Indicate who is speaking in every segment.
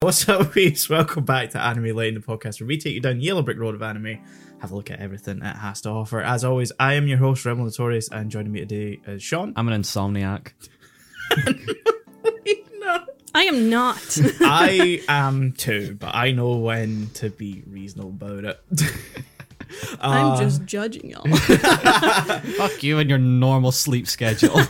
Speaker 1: What's up, peeps? Welcome back to Anime Lane, the podcast where we take you down Yellow Brick Road of anime, have a look at everything it has to offer. As always, I am your host, Remo Torres, and joining me today is Sean.
Speaker 2: I'm an insomniac.
Speaker 3: I am not.
Speaker 1: I am too, but I know when to be reasonable about it. Uh,
Speaker 3: I'm just judging y'all.
Speaker 2: Fuck you and your normal sleep schedule.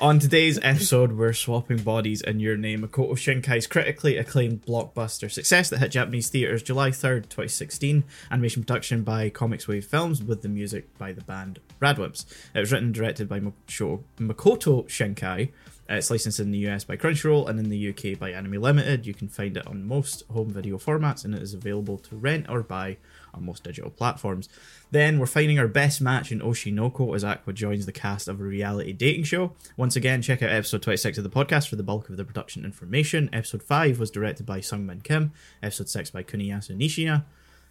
Speaker 1: On today's episode, we're swapping bodies in your name, Makoto Shinkai's critically acclaimed blockbuster success that hit Japanese theaters July 3rd, 2016. Animation production by Comics Wave Films with the music by the band Radwimps. It was written and directed by Makoto Makoto Shinkai. Uh, It's licensed in the US by Crunchyroll and in the UK by Anime Limited. You can find it on most home video formats and it is available to rent or buy on most digital platforms. Then we're finding our best match in Oshinoko as Aqua joins the cast of a reality dating show. Once again, check out episode 26 of the podcast for the bulk of the production information. Episode 5 was directed by Sungmin Kim, episode 6 by Kuniyasu Nishina,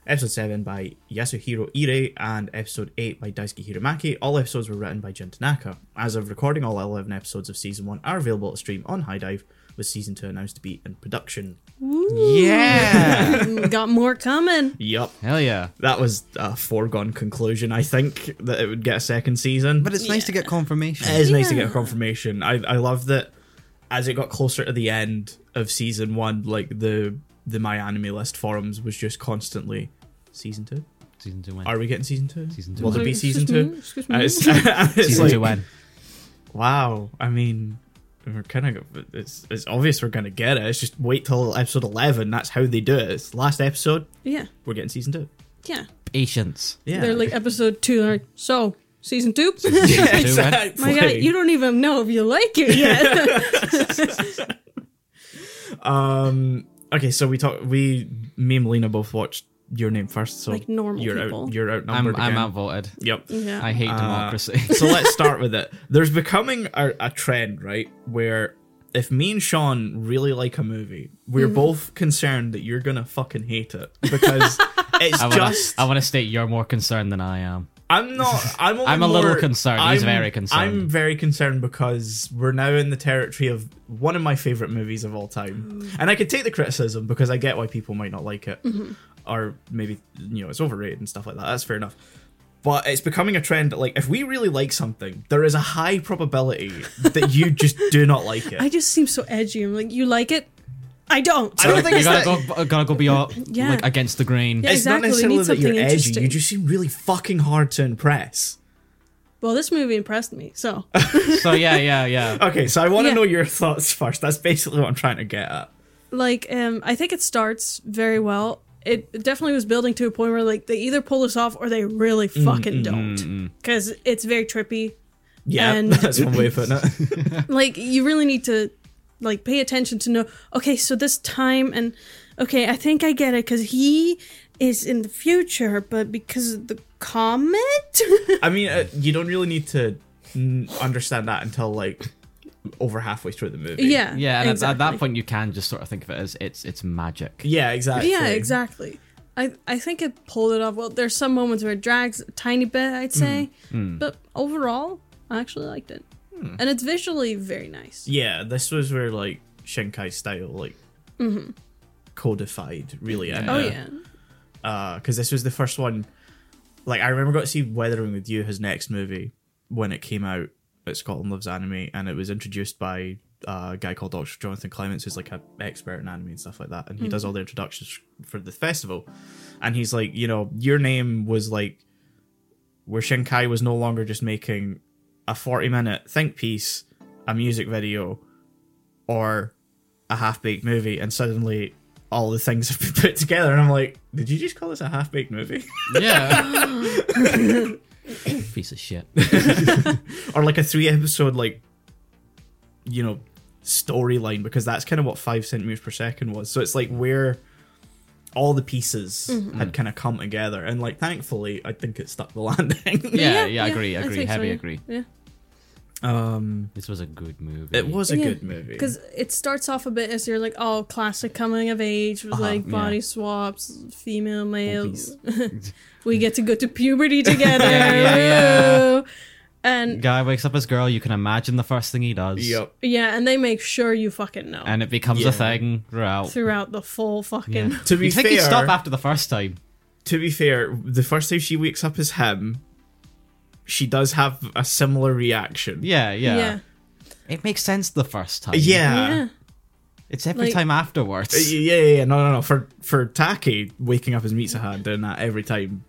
Speaker 1: episode 7 by Yasuhiro Ire, and episode 8 by Daisuke Hiromaki. All episodes were written by Jun Tanaka. As of recording, all 11 episodes of season 1 are available to stream on High Dive, with season 2 announced to be in production.
Speaker 2: yeah.
Speaker 3: Got more coming.
Speaker 1: Yup.
Speaker 2: Hell yeah.
Speaker 1: That was a foregone conclusion, I think, that it would get a second season.
Speaker 2: But it's nice to get confirmation.
Speaker 1: It is nice to get a confirmation. I I love that as it got closer to the end of season one, like the the my anime list forums was just constantly season two.
Speaker 2: Season two when?
Speaker 1: Are we getting season two?
Speaker 2: Season two
Speaker 1: Will there
Speaker 2: when?
Speaker 1: be season
Speaker 3: Excuse me,
Speaker 1: two?
Speaker 3: excuse
Speaker 1: And
Speaker 3: me.
Speaker 1: it's, and it's
Speaker 2: Season
Speaker 1: like,
Speaker 2: two when?
Speaker 1: Wow. I mean, we're kind of it's it's obvious we're gonna get it. It's just wait till episode eleven. That's how they do it. It's last episode.
Speaker 3: Yeah.
Speaker 1: We're getting season two.
Speaker 3: Yeah.
Speaker 2: Patience.
Speaker 1: Yeah.
Speaker 3: They're like episode two. They're like, so, season two?
Speaker 1: yeah,
Speaker 2: two, right?
Speaker 1: exactly.
Speaker 3: My God, you don't even know if you like it yet.
Speaker 1: Um. Okay, so we talk. We me and Melina both watched your name first. So
Speaker 3: Like normal
Speaker 1: you're
Speaker 3: people. Mm-hmm.
Speaker 1: Out, you're
Speaker 2: I'm,
Speaker 1: outnumbered
Speaker 2: I'm
Speaker 1: again.
Speaker 2: outvoted.
Speaker 1: Yep.
Speaker 3: yeah.
Speaker 2: I hate democracy.
Speaker 1: so let's start with it. There's becoming a, a trend, right? Where if me and Sean really like a movie, we're both concerned that you're gonna fucking hate it because it's
Speaker 2: I wanna,
Speaker 1: just.
Speaker 2: I wanna state you're more concerned than I am.
Speaker 1: I'm not. I'm. Only
Speaker 2: I'm a little
Speaker 1: more-
Speaker 2: concerned. He's very concerned.
Speaker 1: I'm very concerned because we're now in the territory of one of my favorite movies of all time,
Speaker 3: Mm.
Speaker 1: and I could take the criticism because I get why people might not like it,
Speaker 3: Mm-hmm.
Speaker 1: or maybe you know it's overrated and stuff like that. That's fair enough. But it's becoming a trend that, like, if we really like something, there is a high probability that you just do not like it.
Speaker 3: I just seem so edgy. I'm like, you like it? I don't.
Speaker 1: I don't think
Speaker 2: You
Speaker 1: it's
Speaker 2: gotta
Speaker 1: that.
Speaker 2: go, b- gotta go beyond,
Speaker 3: Yeah.
Speaker 2: like, against the grain.
Speaker 3: Yeah.
Speaker 1: it's not
Speaker 3: Exactly,
Speaker 1: necessarily
Speaker 3: we need
Speaker 1: that you're
Speaker 3: something
Speaker 1: edgy.
Speaker 3: interesting.
Speaker 1: You just seem really fucking hard to impress.
Speaker 3: well, this movie impressed me. So,
Speaker 2: So, yeah, yeah, yeah.
Speaker 1: Okay, so I want to
Speaker 3: Yeah.
Speaker 1: know your thoughts first. That's basically what I'm trying to get at.
Speaker 3: like, um, I think it starts very well. It definitely was building to a point where, like, they either pull this off or they really
Speaker 1: Mm,
Speaker 3: fucking don't. Because it's very trippy.
Speaker 1: Yeah,
Speaker 3: And-
Speaker 1: that's one way of putting it.
Speaker 3: like you really need to like pay attention to know okay so this time and okay i think i get it because he is in the future but because of the comet
Speaker 1: I mean, uh, you don't really need to n- understand that until like over halfway through the movie.
Speaker 3: yeah
Speaker 2: Yeah, and at- at, that
Speaker 3: exactly.
Speaker 2: point, you can just sort of think of it as it's it's magic.
Speaker 1: Yeah, exactly.
Speaker 3: yeah exactly I, I think it pulled it off well there's some moments where it drags a tiny bit
Speaker 2: Mm,
Speaker 3: i'd say but overall i actually liked it
Speaker 2: Hmm.
Speaker 3: and it's visually very nice
Speaker 1: Yeah, this was where like Shinkai style like Mm-hmm. codified really. uh, in
Speaker 3: oh
Speaker 1: it.
Speaker 3: yeah
Speaker 1: because uh, this was the first one. Like I remember, got to see Weathering with You, his next movie, when it came out at Scotland Loves Anime, and it was introduced by uh, a guy called Dr. Jonathan Clements, who's like an expert in anime and stuff like that, and he does all the introductions for the festival. And he's like, you know, your name was like where Shinkai was no longer just making a forty-minute think piece, a music video, or a half baked movie, and suddenly all the things have been put together, and I'm like, did you just call this a half baked movie,
Speaker 2: Yeah. Piece of shit.
Speaker 1: or like a three episode like, you know, storyline? Because that's kind of what five centimeters per second was. So it's like where all the pieces
Speaker 2: Mm-hmm.
Speaker 1: had kind of come together, and like thankfully, I think it stuck the landing.
Speaker 2: Yeah, yeah, agree,
Speaker 3: I
Speaker 2: agree,
Speaker 3: think so,
Speaker 2: heavy
Speaker 3: yeah.
Speaker 2: agree.
Speaker 3: yeah
Speaker 1: Um,
Speaker 2: This was a good movie.
Speaker 1: it was a
Speaker 3: Yeah,
Speaker 1: good movie.
Speaker 3: because it starts off a bit as you're like oh classic coming of age with like
Speaker 2: Uh-huh, yeah.
Speaker 3: body swaps female male
Speaker 1: Obese.
Speaker 3: we get to go to puberty together
Speaker 2: Yeah, yeah, yeah.
Speaker 3: Woo. And
Speaker 2: Guy wakes up as girl. You can imagine the first thing he does.
Speaker 1: Yep.
Speaker 3: yeah, and they make sure you fucking know
Speaker 2: And it becomes
Speaker 1: Yeah.
Speaker 2: a thing throughout.
Speaker 3: throughout the full fucking.
Speaker 2: Yeah.
Speaker 1: To be
Speaker 2: You'd think
Speaker 1: fair,
Speaker 2: he'd stop after the first time.
Speaker 1: to be fair, the first time she wakes up as him, she does have a similar reaction.
Speaker 2: Yeah, yeah.
Speaker 3: Yeah.
Speaker 2: It makes sense the first time.
Speaker 1: Yeah.
Speaker 3: Yeah.
Speaker 2: It's every
Speaker 3: Like-
Speaker 2: time
Speaker 1: Uh,
Speaker 2: afterwards.
Speaker 1: Yeah, yeah, yeah. No, no, no. For for Taki waking up as Mitsuha doing that every time.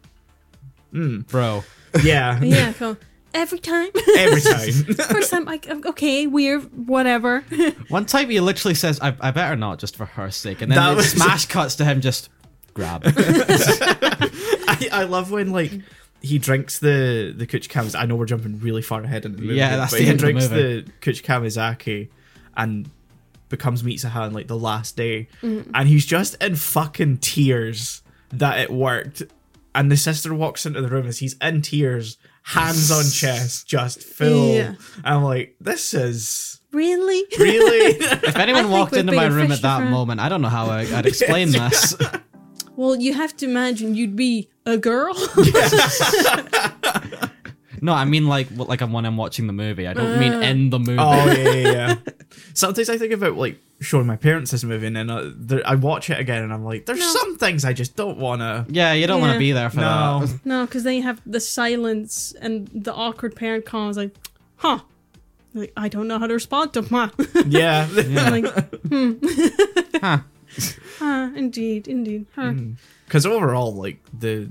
Speaker 2: Bro.
Speaker 1: Yeah,
Speaker 3: Yeah, cool. Every time.
Speaker 2: Eh.
Speaker 1: every time.
Speaker 3: First time, I, okay, weird, whatever.
Speaker 2: One time he literally says, I, I better not just for her sake. And then
Speaker 1: That
Speaker 2: it
Speaker 1: was-
Speaker 2: smash cuts to him just grab. it.
Speaker 1: I, I love when like he drinks the the Kuchikamiz. I know we're jumping really far ahead in the movie.
Speaker 2: Yeah, that's
Speaker 1: but
Speaker 2: the
Speaker 1: he
Speaker 2: end of the
Speaker 1: drinks
Speaker 2: movie.
Speaker 1: Kuchikamizaki and becomes Mitsuha on like the last day,
Speaker 2: Mm-hmm.
Speaker 1: and he's just in fucking tears that it worked. And the sister walks into the room as he's in tears, hands on chest, just full.
Speaker 3: Yeah.
Speaker 1: I'm like, this is
Speaker 3: really?
Speaker 1: really.
Speaker 2: if
Speaker 3: I
Speaker 2: anyone
Speaker 3: think
Speaker 2: walked
Speaker 3: we'd
Speaker 2: into
Speaker 3: be
Speaker 2: my
Speaker 3: a
Speaker 2: room
Speaker 3: fish
Speaker 2: at that
Speaker 3: different-
Speaker 2: moment, I don't know how I, I'd explain this.
Speaker 3: Well, you have to imagine you'd be a girl.
Speaker 2: No, I mean like what- like I'm when I'm watching the movie. I don't
Speaker 3: Uh.
Speaker 2: mean in the movie.
Speaker 1: Oh yeah, yeah, yeah. Sometimes I think about like showing my parents this movie, and then uh, there- I watch it again, and I'm like, there's
Speaker 3: No.
Speaker 1: some things I just don't wanna.
Speaker 2: Yeah, you don't want
Speaker 3: Yeah.
Speaker 2: to be there for
Speaker 1: No,
Speaker 2: that.
Speaker 3: no, because then you have the silence and the awkward parent comments like, huh. Like, I don't know how to respond to ma.
Speaker 1: yeah,
Speaker 3: like,
Speaker 2: Huh.
Speaker 3: ah, indeed, indeed. Huh.
Speaker 1: Mm-hmm. because overall, like the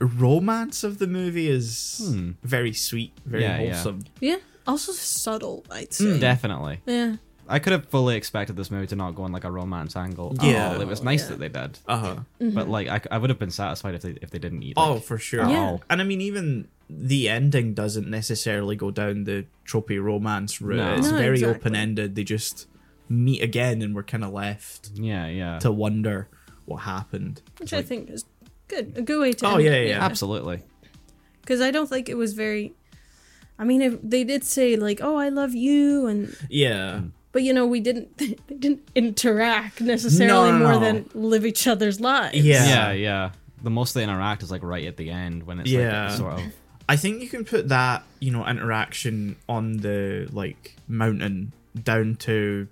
Speaker 1: romance of the movie is very sweet, very
Speaker 2: Yeah, yeah.
Speaker 1: wholesome.
Speaker 3: Yeah. Also subtle, I'd
Speaker 1: Mm,
Speaker 3: say.
Speaker 2: Definitely.
Speaker 3: Yeah.
Speaker 2: I could have fully expected this movie to not go on like a romance angle at
Speaker 1: Yeah.
Speaker 2: all. It was nice
Speaker 3: Yeah. Mm-hmm.
Speaker 2: that they did.
Speaker 1: Uh huh.
Speaker 2: But like I, c- I would have been satisfied if they if they didn't either.
Speaker 1: Oh, for sure.
Speaker 3: Yeah. all.
Speaker 1: And I mean, even the ending doesn't necessarily go down the tropey romance route.
Speaker 2: No.
Speaker 1: It's
Speaker 3: No,
Speaker 1: very
Speaker 3: exactly.
Speaker 1: open ended. They just meet again, and we're kind of left
Speaker 2: Yeah, yeah.
Speaker 1: to wonder what happened.
Speaker 3: Which I think is good. A good way to.
Speaker 1: Oh,
Speaker 3: end
Speaker 1: yeah,
Speaker 3: it,
Speaker 1: yeah, yeah.
Speaker 2: Absolutely.
Speaker 3: because I don't think it was very. I mean, if they did say like, "Oh, I love you," and
Speaker 1: Yeah.
Speaker 3: but you know, we didn't they didn't interact necessarily
Speaker 1: No, no,
Speaker 3: more
Speaker 1: no.
Speaker 3: than live each other's lives.
Speaker 1: Yeah.
Speaker 2: Yeah, yeah. The most they interact is like right at the end when it's
Speaker 1: Yeah.
Speaker 2: like sort of
Speaker 1: I think you can put that, you know, interaction on the like mountain down to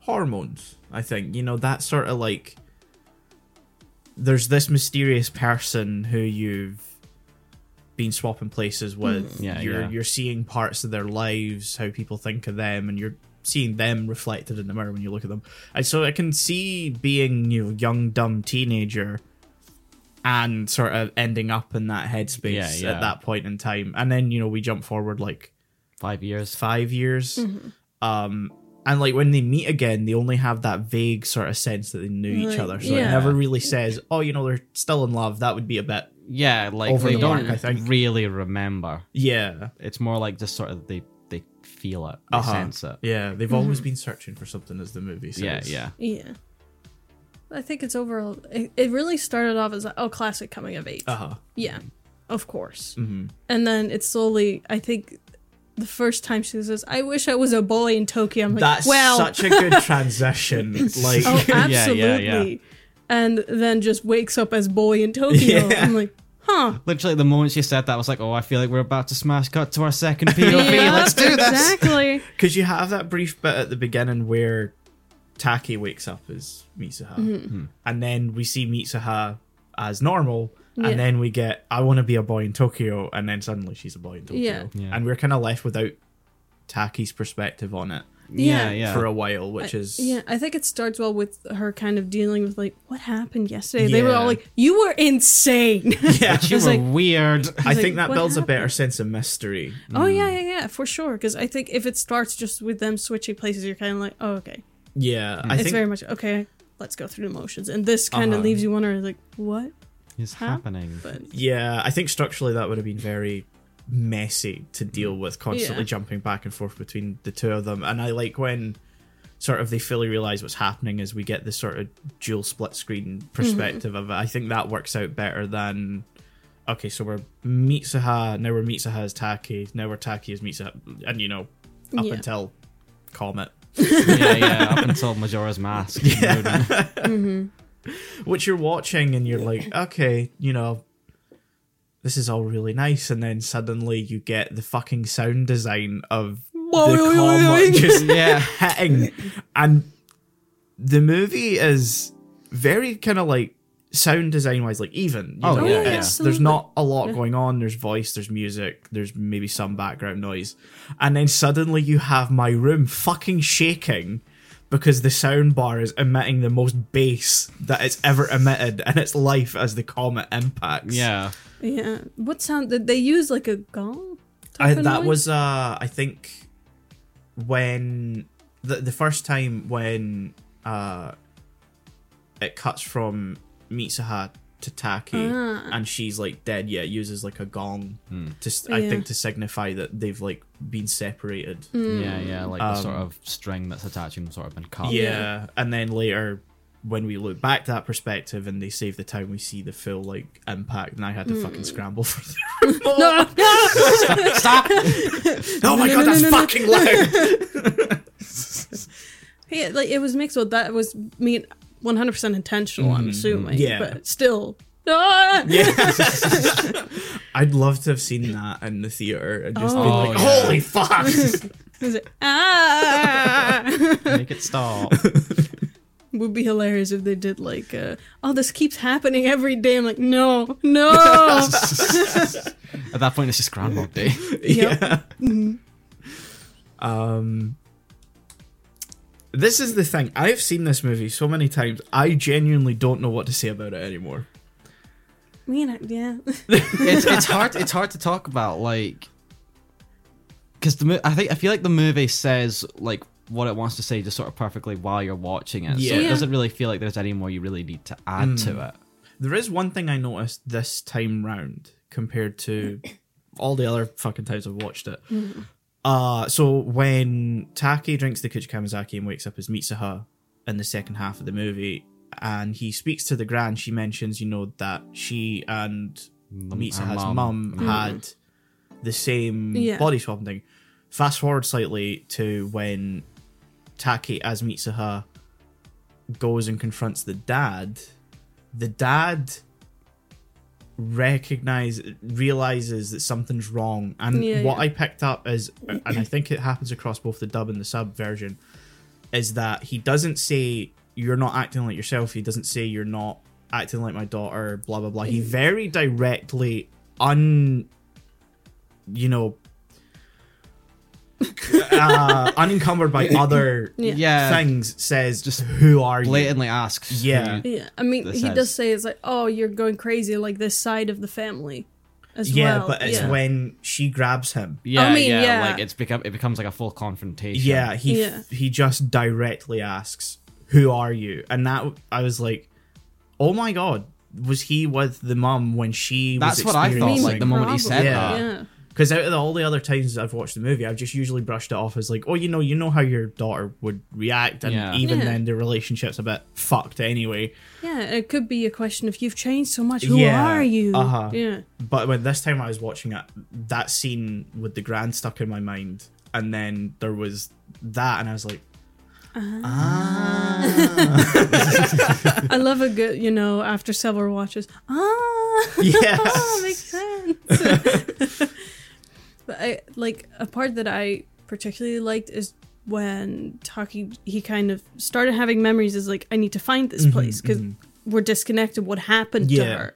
Speaker 1: hormones. I think, you know, that sort of like there's this mysterious person who you've been swapping places with.
Speaker 2: Hmm. Yeah,
Speaker 1: you're
Speaker 2: yeah.
Speaker 1: you're seeing parts of their lives, how people think of them, and you're seeing them reflected in the mirror when you look at them. And so I can see being, you know, young, dumb teenager and sort of ending up in that headspace
Speaker 2: Yeah, yeah.
Speaker 1: at that point in time. And then, you know, we jump forward like
Speaker 2: five years.
Speaker 1: five years.
Speaker 3: Mm-hmm.
Speaker 1: Um and like when they meet again, they only have that vague sort of sense that they knew each
Speaker 3: Like,
Speaker 1: other. So it
Speaker 3: yeah.
Speaker 1: never really says, "Oh, you know, they're still in love." That would be a bit,
Speaker 2: Yeah, like
Speaker 1: Over
Speaker 2: they
Speaker 1: the
Speaker 2: don't
Speaker 1: mark, I think.
Speaker 2: really remember.
Speaker 1: yeah,
Speaker 2: It's more like just sort of they they feel it, they
Speaker 1: Uh-huh.
Speaker 2: sense it.
Speaker 1: yeah. They've
Speaker 3: Mm-hmm.
Speaker 1: always been searching for something as the movie says.
Speaker 2: Yeah, yeah.
Speaker 3: yeah. I think it's overall. It, it really started off as like, oh, classic coming of age.
Speaker 1: Uh huh.
Speaker 3: Yeah, of course.
Speaker 1: hmm
Speaker 3: And then it's slowly. I think the first time she says, "I wish I was a boy in Tokyo," I'm like,
Speaker 1: That's
Speaker 3: "Well,
Speaker 1: such a good transition. like,
Speaker 3: Oh,
Speaker 2: Yeah,
Speaker 3: absolutely.
Speaker 2: yeah, yeah.
Speaker 3: And then just wakes up as boy in Tokyo.
Speaker 1: Yeah.
Speaker 3: I'm like, huh.
Speaker 2: Literally, the moment she said that, I was like, "Oh, I feel like we're about to smash cut to our second POV.
Speaker 3: Yep,
Speaker 2: Let's do this."
Speaker 3: Exactly.
Speaker 1: Because you have that brief bit at the beginning where Taki wakes up as Mitsuha,
Speaker 3: Mm-hmm.
Speaker 2: Hmm.
Speaker 1: and then we see Mitsuha as normal,
Speaker 3: Yeah.
Speaker 1: and then we get I want to be a boy in Tokyo, and then suddenly she's a boy in Tokyo,
Speaker 3: Yeah.
Speaker 2: Yeah.
Speaker 1: and we're kind of left without Taki's perspective on it
Speaker 2: Yeah,
Speaker 3: Yeah.
Speaker 2: yeah.
Speaker 1: for a while, which is
Speaker 3: Yeah, I think it starts well with her kind of dealing with like what happened yesterday. They were
Speaker 1: Yeah.
Speaker 3: all like, "You were insane."
Speaker 1: yeah.
Speaker 2: you
Speaker 3: was
Speaker 2: were
Speaker 3: like-
Speaker 2: weird.
Speaker 1: I
Speaker 3: like,
Speaker 1: think that
Speaker 3: "What
Speaker 1: builds a better
Speaker 3: happened?"
Speaker 1: sense of mystery.
Speaker 3: oh yeah,
Speaker 1: Mm.
Speaker 3: yeah, yeah, for sure. Because I think if it starts just with them switching places, you're kind of like, "Oh, okay."
Speaker 1: Yeah, I
Speaker 3: It's
Speaker 1: think
Speaker 3: very much okay. Let's go through the motions, and this kind of
Speaker 1: Uh-huh.
Speaker 3: leaves you wondering, like, "What?"
Speaker 2: It's
Speaker 3: Huh?
Speaker 2: happening.
Speaker 3: But
Speaker 1: Yeah, I think structurally that would have been very messy to deal with, constantly
Speaker 3: Mm. Yeah.
Speaker 1: jumping back and forth between the two of them. And I like when sort of they fully realize what's happening as we get this sort of dual split
Speaker 3: Mm-hmm.
Speaker 1: screen perspective of it. I think that works out better than okay, so we're Mitsuha, now we're Mitsuha as Taki, now we're Taki as Mitsuha, and you know, up
Speaker 3: Yeah.
Speaker 1: until Comet.
Speaker 2: yeah, yeah. Up until Majora's Mask. Yeah.
Speaker 1: which you're watching and you're like, okay, you know, this is all really nice, and then suddenly you get the fucking sound design of the
Speaker 3: Whoa,
Speaker 1: comma just
Speaker 2: Yeah.
Speaker 1: hitting, and the movie is very kind of like sound design wise, like even. You
Speaker 2: Oh,
Speaker 1: know,
Speaker 2: yeah, yeah.
Speaker 1: it's- there's not a lot going on. There's voice, there's music, there's maybe some background noise, and then suddenly you have my room fucking shaking. Because the sound bar is emitting the most bass that it's ever emitted in its life as the comet impacts.
Speaker 2: Yeah.
Speaker 3: Yeah. What sound did they use? Like a gong?
Speaker 1: I,
Speaker 3: type of
Speaker 1: that
Speaker 3: noise?
Speaker 1: was uh I think when the the first time when uh it cuts from Mitsuha to Taki
Speaker 3: Ah.
Speaker 1: and she's like dead yeah it uses like a gong to s I I
Speaker 3: Yeah. Hmm.
Speaker 1: think to signify that they've like been separated
Speaker 2: Yeah, yeah. Like the sort of string that's attaching them sort of been cut.
Speaker 1: yeah. and then later when we look back to that perspective and they save the town we see the full like impact and I had to fucking scramble for the remote.
Speaker 3: Hmm. No,
Speaker 2: Stop!
Speaker 1: oh my
Speaker 3: no,
Speaker 1: god
Speaker 3: no,
Speaker 1: that's
Speaker 3: no, no.
Speaker 1: fucking loud
Speaker 3: yeah, like it was mixed with that was I mean 100% intentional, I'm assuming.
Speaker 1: Mm, yeah.
Speaker 3: But still. Ah!
Speaker 1: Yeah. I'd love to have seen that in the theater and just been
Speaker 3: Oh.
Speaker 1: like,
Speaker 2: Oh, yeah.
Speaker 1: "Holy fuck!"
Speaker 3: It was like, ah!
Speaker 2: Make it stop.
Speaker 3: would be hilarious if they did like uh, oh this keeps happening every day i'm like no no
Speaker 2: At that point, it's just Groundhog Day.
Speaker 3: Yep.
Speaker 1: Yeah. um. This is the thing. I've seen this movie so many times. I genuinely don't know what to say about it anymore.
Speaker 3: I mean I- yeah
Speaker 2: it's, it's hard. It's hard to talk about, like, because the mo- I think I feel like the movie says like what it wants to say just sort of perfectly while you're watching it. So it
Speaker 1: Yeah.
Speaker 2: doesn't really feel like there's any more you really need to add to it.
Speaker 1: There is one thing I noticed this time round compared to all the other fucking times I've watched it. Uh, so when Taki drinks the Kuchi Kamizaki and wakes up as Mitsuha in the second half of the movie, and he speaks to the Gran, she mentions, you know, that she and Mitsuha's
Speaker 2: Mm, her mum. Mm-hmm.
Speaker 1: mum had the same
Speaker 3: Yeah.
Speaker 1: body swapping thing. Fast forward slightly to when Taki as Mitsuha goes and confronts the dad, the dad recognize realizes that something's wrong and
Speaker 3: Yeah,
Speaker 1: what
Speaker 3: yeah.
Speaker 1: i picked up is and i think it happens across both the dub and the sub version is that he doesn't say you're not acting like yourself he doesn't say you're not acting like my daughter blah blah blah
Speaker 3: Mm.
Speaker 1: he very directly un you know uh, unencumbered by other
Speaker 3: Yeah.
Speaker 2: Yeah.
Speaker 1: things says just who are you
Speaker 2: Blatantly asks. who
Speaker 1: Yeah.
Speaker 2: you-
Speaker 3: yeah i mean
Speaker 2: This
Speaker 3: he
Speaker 2: has-
Speaker 3: does say it's like oh you're going crazy like this side of the family as
Speaker 1: yeah
Speaker 3: well
Speaker 1: but it's
Speaker 3: yeah.
Speaker 1: when she grabs him
Speaker 2: Yeah,
Speaker 3: I mean,
Speaker 2: yeah,
Speaker 3: yeah.
Speaker 2: Like it's become it becomes like a full confrontation.
Speaker 1: Yeah, he
Speaker 3: Yeah.
Speaker 1: he just directly asks, "Who are you?" And that I was like, "Oh my god." Was he with the mum when she
Speaker 2: That's
Speaker 1: was
Speaker 2: what I thought. Like the
Speaker 1: experiencing-
Speaker 2: moment he said
Speaker 1: Yeah.
Speaker 2: that.
Speaker 3: yeah
Speaker 1: Because out of the, all the other times I've watched the movie, I've just usually brushed it off as like, oh, you know, you know how your daughter would react, and
Speaker 2: Yeah.
Speaker 1: even
Speaker 3: Yeah.
Speaker 1: then, the relationship's a bit fucked anyway.
Speaker 3: yeah and it could be a question of you've changed so much who
Speaker 1: Yeah.
Speaker 3: are you
Speaker 1: Uh-huh.
Speaker 3: yeah
Speaker 1: But when this time I was watching it, that scene with the grand stuck in my mind, and then there was that, and I was like,
Speaker 3: i love a good you know after several watches ah
Speaker 1: yes,
Speaker 3: makes sense. but I like a part that I particularly liked is when Taki he kind of started having memories is like I need to find this place because we're disconnected. What happened to
Speaker 1: Mm-hmm, Yeah.
Speaker 3: her?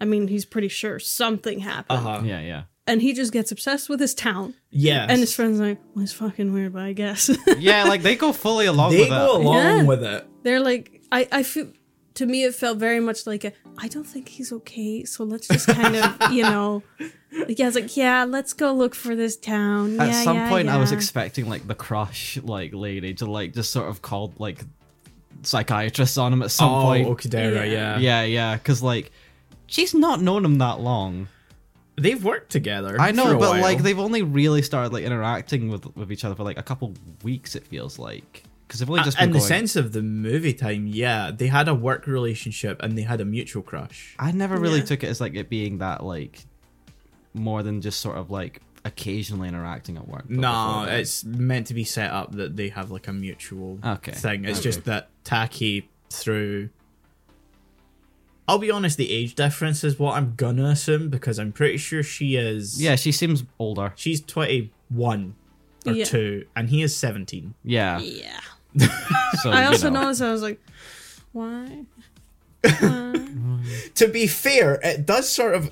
Speaker 3: I mean, he's pretty sure something happened,
Speaker 1: uh-huh.
Speaker 2: yeah, yeah,
Speaker 3: and he just gets obsessed with his town.
Speaker 1: yes,
Speaker 3: And his friends are like, well, it's fucking weird, but I guess
Speaker 2: yeah. Like they go fully along
Speaker 1: they
Speaker 2: with
Speaker 1: go
Speaker 2: it.
Speaker 1: along
Speaker 3: Yeah.
Speaker 1: with it.
Speaker 3: they're like, I I feel. To me, it felt very much like a, I don't think he's okay, so let's just kind of, you know, yeah, it's like, yeah, let's go look for this town.
Speaker 2: At
Speaker 3: yeah,
Speaker 2: some
Speaker 3: yeah,
Speaker 2: point, I was
Speaker 3: yeah.
Speaker 2: expecting like the crush like lady to like just sort of called like psychiatrists on him at some point.
Speaker 1: Okudera,
Speaker 3: Yeah.
Speaker 2: Oh, Yeah, yeah, because like she's not known him that long.
Speaker 1: They've worked together.
Speaker 2: I know,
Speaker 1: for a
Speaker 2: but
Speaker 1: while.
Speaker 2: like they've only really started like interacting with with each other for like a couple weeks. It feels like because they've only just been
Speaker 1: in the
Speaker 2: going-
Speaker 1: sense of the movie time, yeah, they had a work relationship and they had a mutual crush.
Speaker 2: I never really
Speaker 3: Yeah.
Speaker 2: took it as like it being that like more than just sort of like occasionally interacting at work. but
Speaker 1: No,
Speaker 2: before that.
Speaker 1: it's meant to be set up that they have like a mutual
Speaker 2: Okay.
Speaker 1: thing. It's just that Taki through I'll be honest, the age difference is what I'm gonna assume because I'm pretty sure she is.
Speaker 2: Yeah, she seems older.
Speaker 1: She's 21 or
Speaker 3: Yeah.
Speaker 1: 2, and he is 17.
Speaker 2: Yeah.
Speaker 3: Yeah.
Speaker 2: So
Speaker 3: I
Speaker 2: you
Speaker 3: also
Speaker 2: know.
Speaker 3: noticed I was like, why?
Speaker 1: To be fair, it does sort of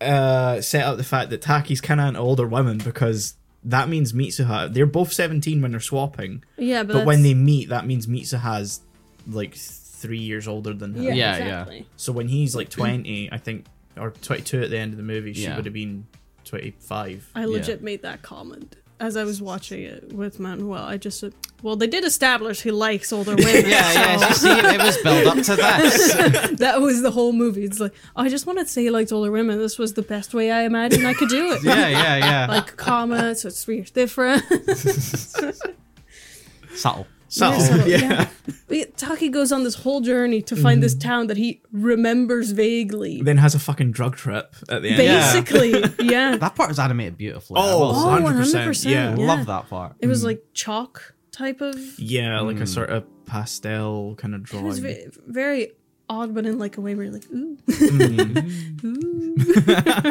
Speaker 1: uh, set up the fact that Taki's kind of an older woman because that means Mitsuha. They're both 17 when they're swapping,
Speaker 3: Yeah, but,
Speaker 1: but when
Speaker 3: that's-
Speaker 1: they meet, that means Mitsuha's like three years older than him.
Speaker 3: yeah,
Speaker 2: Yeah, yeah.
Speaker 3: exactly.
Speaker 1: So when he's like 20, I think, or 22 at the end of the movie, she
Speaker 2: Yeah.
Speaker 1: would have been 25.
Speaker 3: I legit made that comment as I was watching it with Manuel. I just said, well, they did establish he likes older women.
Speaker 2: Yeah, yeah.
Speaker 3: so
Speaker 2: so see, it was built up to this.
Speaker 3: that was the whole movie. It's like, I just wanted to say he liked older women. This was the best way I imagined I could do it.
Speaker 2: Yeah, yeah, yeah.
Speaker 3: Like, comma, so it's three years different.
Speaker 2: Subtle.
Speaker 1: So,
Speaker 2: Oh,
Speaker 3: Yeah, so,
Speaker 1: yeah.
Speaker 3: yeah. But Taki goes on this whole journey to find this
Speaker 2: Mm-hmm.
Speaker 3: town that he remembers vaguely.
Speaker 1: Then has a fucking drug trip at the end.
Speaker 2: Yeah.
Speaker 3: Basically, yeah.
Speaker 2: That part was animated beautifully. I
Speaker 1: Oh,
Speaker 2: will say.
Speaker 3: Oh,
Speaker 1: 100%.
Speaker 3: 100%,
Speaker 1: Yeah.
Speaker 2: I
Speaker 3: yeah.
Speaker 2: love that part.
Speaker 3: It was like chalk type of. It
Speaker 1: Yeah, like a sort of pastel kind of drawing.
Speaker 3: was ve- very odd, but in like a way where you're like, ooh.
Speaker 2: Mm-hmm.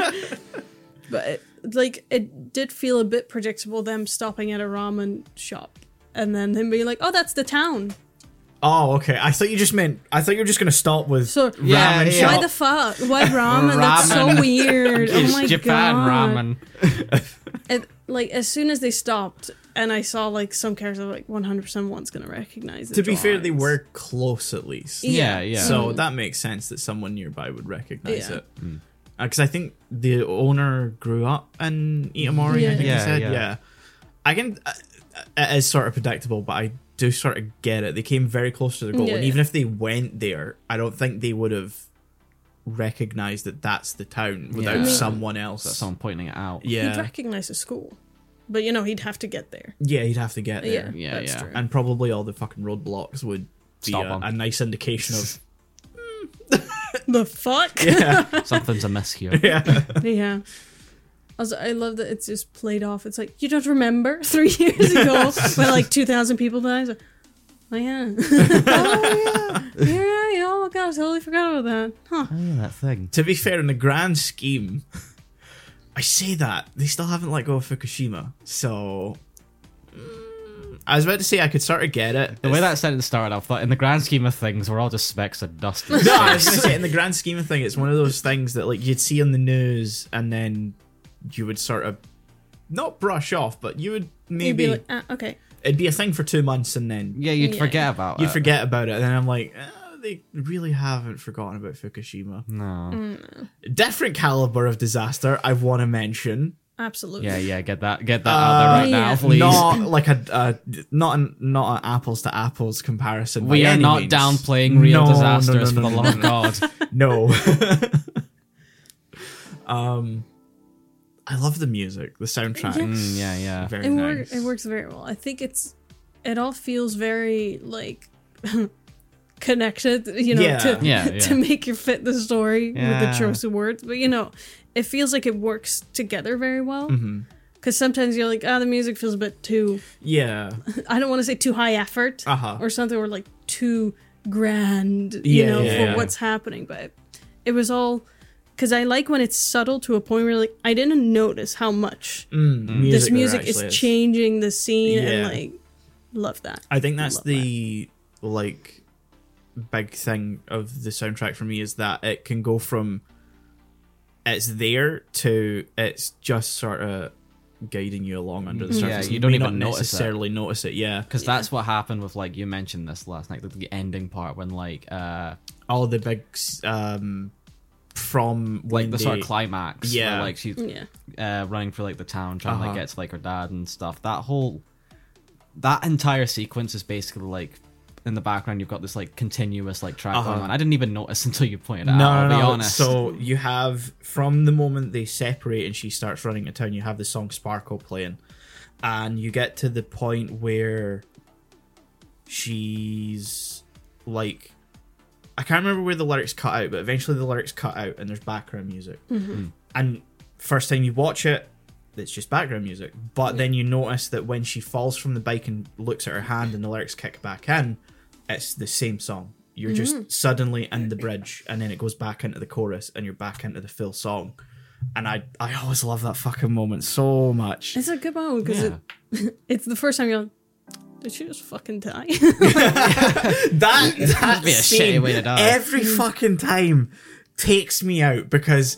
Speaker 3: ooh. but it, like, it did feel a bit predictable them stopping at a ramen shop and then him being like, oh, that's the town.
Speaker 1: oh, okay. I thought you just meant. I thought you were just gonna start with
Speaker 3: So.
Speaker 2: Yeah,
Speaker 1: ramen
Speaker 2: yeah.
Speaker 1: shop.
Speaker 3: Why the fuck? Why ramen? That's so
Speaker 2: Ramen.
Speaker 3: weird. oh
Speaker 2: It's
Speaker 3: my
Speaker 2: Japan
Speaker 3: god.
Speaker 2: ramen.
Speaker 3: it, like as soon as they stopped and I saw like some characters I'm like 100% one's gonna recognize the
Speaker 1: to be fair, they
Speaker 3: drawings.
Speaker 1: were close at least.
Speaker 2: Yeah, yeah.
Speaker 1: So that makes sense that someone nearby would recognize
Speaker 3: Mm. Yeah.
Speaker 1: it. Because I think the owner grew up in Itamori. I
Speaker 3: Yeah.
Speaker 1: think
Speaker 2: Yeah,
Speaker 1: he said.
Speaker 2: yeah.
Speaker 1: Yeah. I can. Uh, it is sort of predictable, but I do sort of get it. They came very close to the goal,
Speaker 3: Yeah,
Speaker 1: and
Speaker 3: yeah.
Speaker 1: even if they went there, I don't think they would have recognized that that's the town without
Speaker 2: Yeah.
Speaker 1: someone else.
Speaker 2: That's someone pointing it out.
Speaker 3: he'd
Speaker 1: Yeah,
Speaker 3: recognize the school but you know he'd have to get there
Speaker 1: yeah, you'd have to get there.
Speaker 3: yeah
Speaker 2: Yeah,
Speaker 3: that's
Speaker 2: yeah.
Speaker 3: true
Speaker 1: and probably all the fucking roadblocks would be
Speaker 2: Stop
Speaker 1: a,
Speaker 2: 'em.
Speaker 1: a nice indication of
Speaker 3: the fuck
Speaker 2: Something's amiss here.
Speaker 1: yeah
Speaker 3: yeah also I love that it's just played off it's like you don't remember three years ago when like 2,000 people died It's like, oh yeah oh yeah yeah yeah oh god I totally forgot about that huh
Speaker 2: Oh, yeah, that thing.
Speaker 1: to be fair in the grand scheme i say that they still haven't let go of fukushima so mm, i was about to say i could sort of get it
Speaker 2: The way that sentence started, I thought, in the grand scheme of things, we're all just specks of dust.
Speaker 1: no i was gonna say in the grand scheme of things it's one of those things that like you'd see on the news and then you would sort of not brush off but you would
Speaker 3: You'd
Speaker 1: maybe
Speaker 3: be like, ah, okay
Speaker 1: it'd be a thing for two months and then
Speaker 2: Yeah, you'd
Speaker 3: Yeah.
Speaker 2: forget about
Speaker 1: you'd
Speaker 2: it.
Speaker 1: forget about it and then i'm like eh, they really haven't forgotten about fukushima
Speaker 2: No.
Speaker 1: different caliber of disaster I want to mention.
Speaker 3: absolutely
Speaker 2: Yeah, yeah, get that, get that out there right now,
Speaker 3: Yeah.
Speaker 2: please.
Speaker 1: Not like a uh, not an, not an apples to apples comparison. by
Speaker 2: we are
Speaker 1: any
Speaker 2: not
Speaker 1: means.
Speaker 2: downplaying real
Speaker 1: No, no, no,
Speaker 2: disasters
Speaker 1: no,
Speaker 2: for the
Speaker 1: no,
Speaker 2: love of God.
Speaker 1: No. um, I love the music, the soundtrack.
Speaker 2: Mm, yeah, yeah.
Speaker 1: Very
Speaker 3: it, wor-
Speaker 1: nice.
Speaker 3: it works very well. I think it's it all feels very like connected, you know,
Speaker 1: Yeah.
Speaker 3: to
Speaker 2: Yeah, yeah.
Speaker 3: to make you fit the story with
Speaker 2: Yeah.
Speaker 3: the choice of words. But you know, it feels like it works together very well.
Speaker 2: Mm-hmm.
Speaker 1: Mhm.
Speaker 3: Because sometimes you're like, ah, the music feels a bit too.
Speaker 1: Yeah.
Speaker 3: I don't want to say too high effort
Speaker 1: Uh-huh.
Speaker 3: or something, or like too grand, you
Speaker 1: Yeah,
Speaker 3: know,
Speaker 1: yeah,
Speaker 3: for
Speaker 1: yeah.
Speaker 3: what's happening. But it, it was all because I like when it's subtle to a point where like I didn't notice how much
Speaker 1: Mm,
Speaker 3: this
Speaker 1: there
Speaker 3: music is,
Speaker 1: actually
Speaker 3: changing the scene and
Speaker 1: Yeah.
Speaker 3: like love that
Speaker 1: I think that's
Speaker 3: Love
Speaker 1: the like big thing of the soundtrack for me is that it can go from it's there to it's just sort of guiding you along under the
Speaker 2: Mm. Yeah,
Speaker 1: surface.
Speaker 2: you don't
Speaker 1: may
Speaker 2: even
Speaker 1: not
Speaker 2: notice it.
Speaker 1: necessarily notice it. Yeah,
Speaker 2: Because that's what happened with like you mentioned this last night, like, the ending part when like uh
Speaker 1: all the big s- um from
Speaker 2: like
Speaker 1: when
Speaker 2: the sort
Speaker 1: they-
Speaker 2: of climax, yeah,
Speaker 1: Yeah.
Speaker 2: like she's
Speaker 3: yeah
Speaker 2: uh, running through like the town trying to like,
Speaker 1: Uh-huh.
Speaker 2: get to like her dad and stuff. That whole that entire sequence is basically like in the background you've got this like continuous like track
Speaker 1: Uh-huh.
Speaker 2: going on. I didn't even notice until you pointed it out.
Speaker 1: No,
Speaker 2: I'll
Speaker 1: no,
Speaker 2: be
Speaker 1: no.
Speaker 2: honest.
Speaker 1: So you have from the moment they separate and she starts running to town, you have the song Sparkle playing, and you get to the point where she's like, I can't remember where the lyrics cut out, but eventually the lyrics cut out and there's background music. And first time you watch it, it's just background music. But then you notice that when she falls from the bike and looks at her hand and the lyrics kick back in, it's the same song You're
Speaker 2: Mm-hmm.
Speaker 1: just suddenly in the bridge, and then it goes back into the chorus, and you're back into the full song. And I, I always love that fucking moment so much.
Speaker 3: It's a good moment because
Speaker 2: Yeah.
Speaker 3: it, it's the first time you're like, did she just fucking die?
Speaker 1: That that
Speaker 2: be a shitty
Speaker 1: scene,
Speaker 2: way to die. Mm.
Speaker 1: every fucking time takes me out because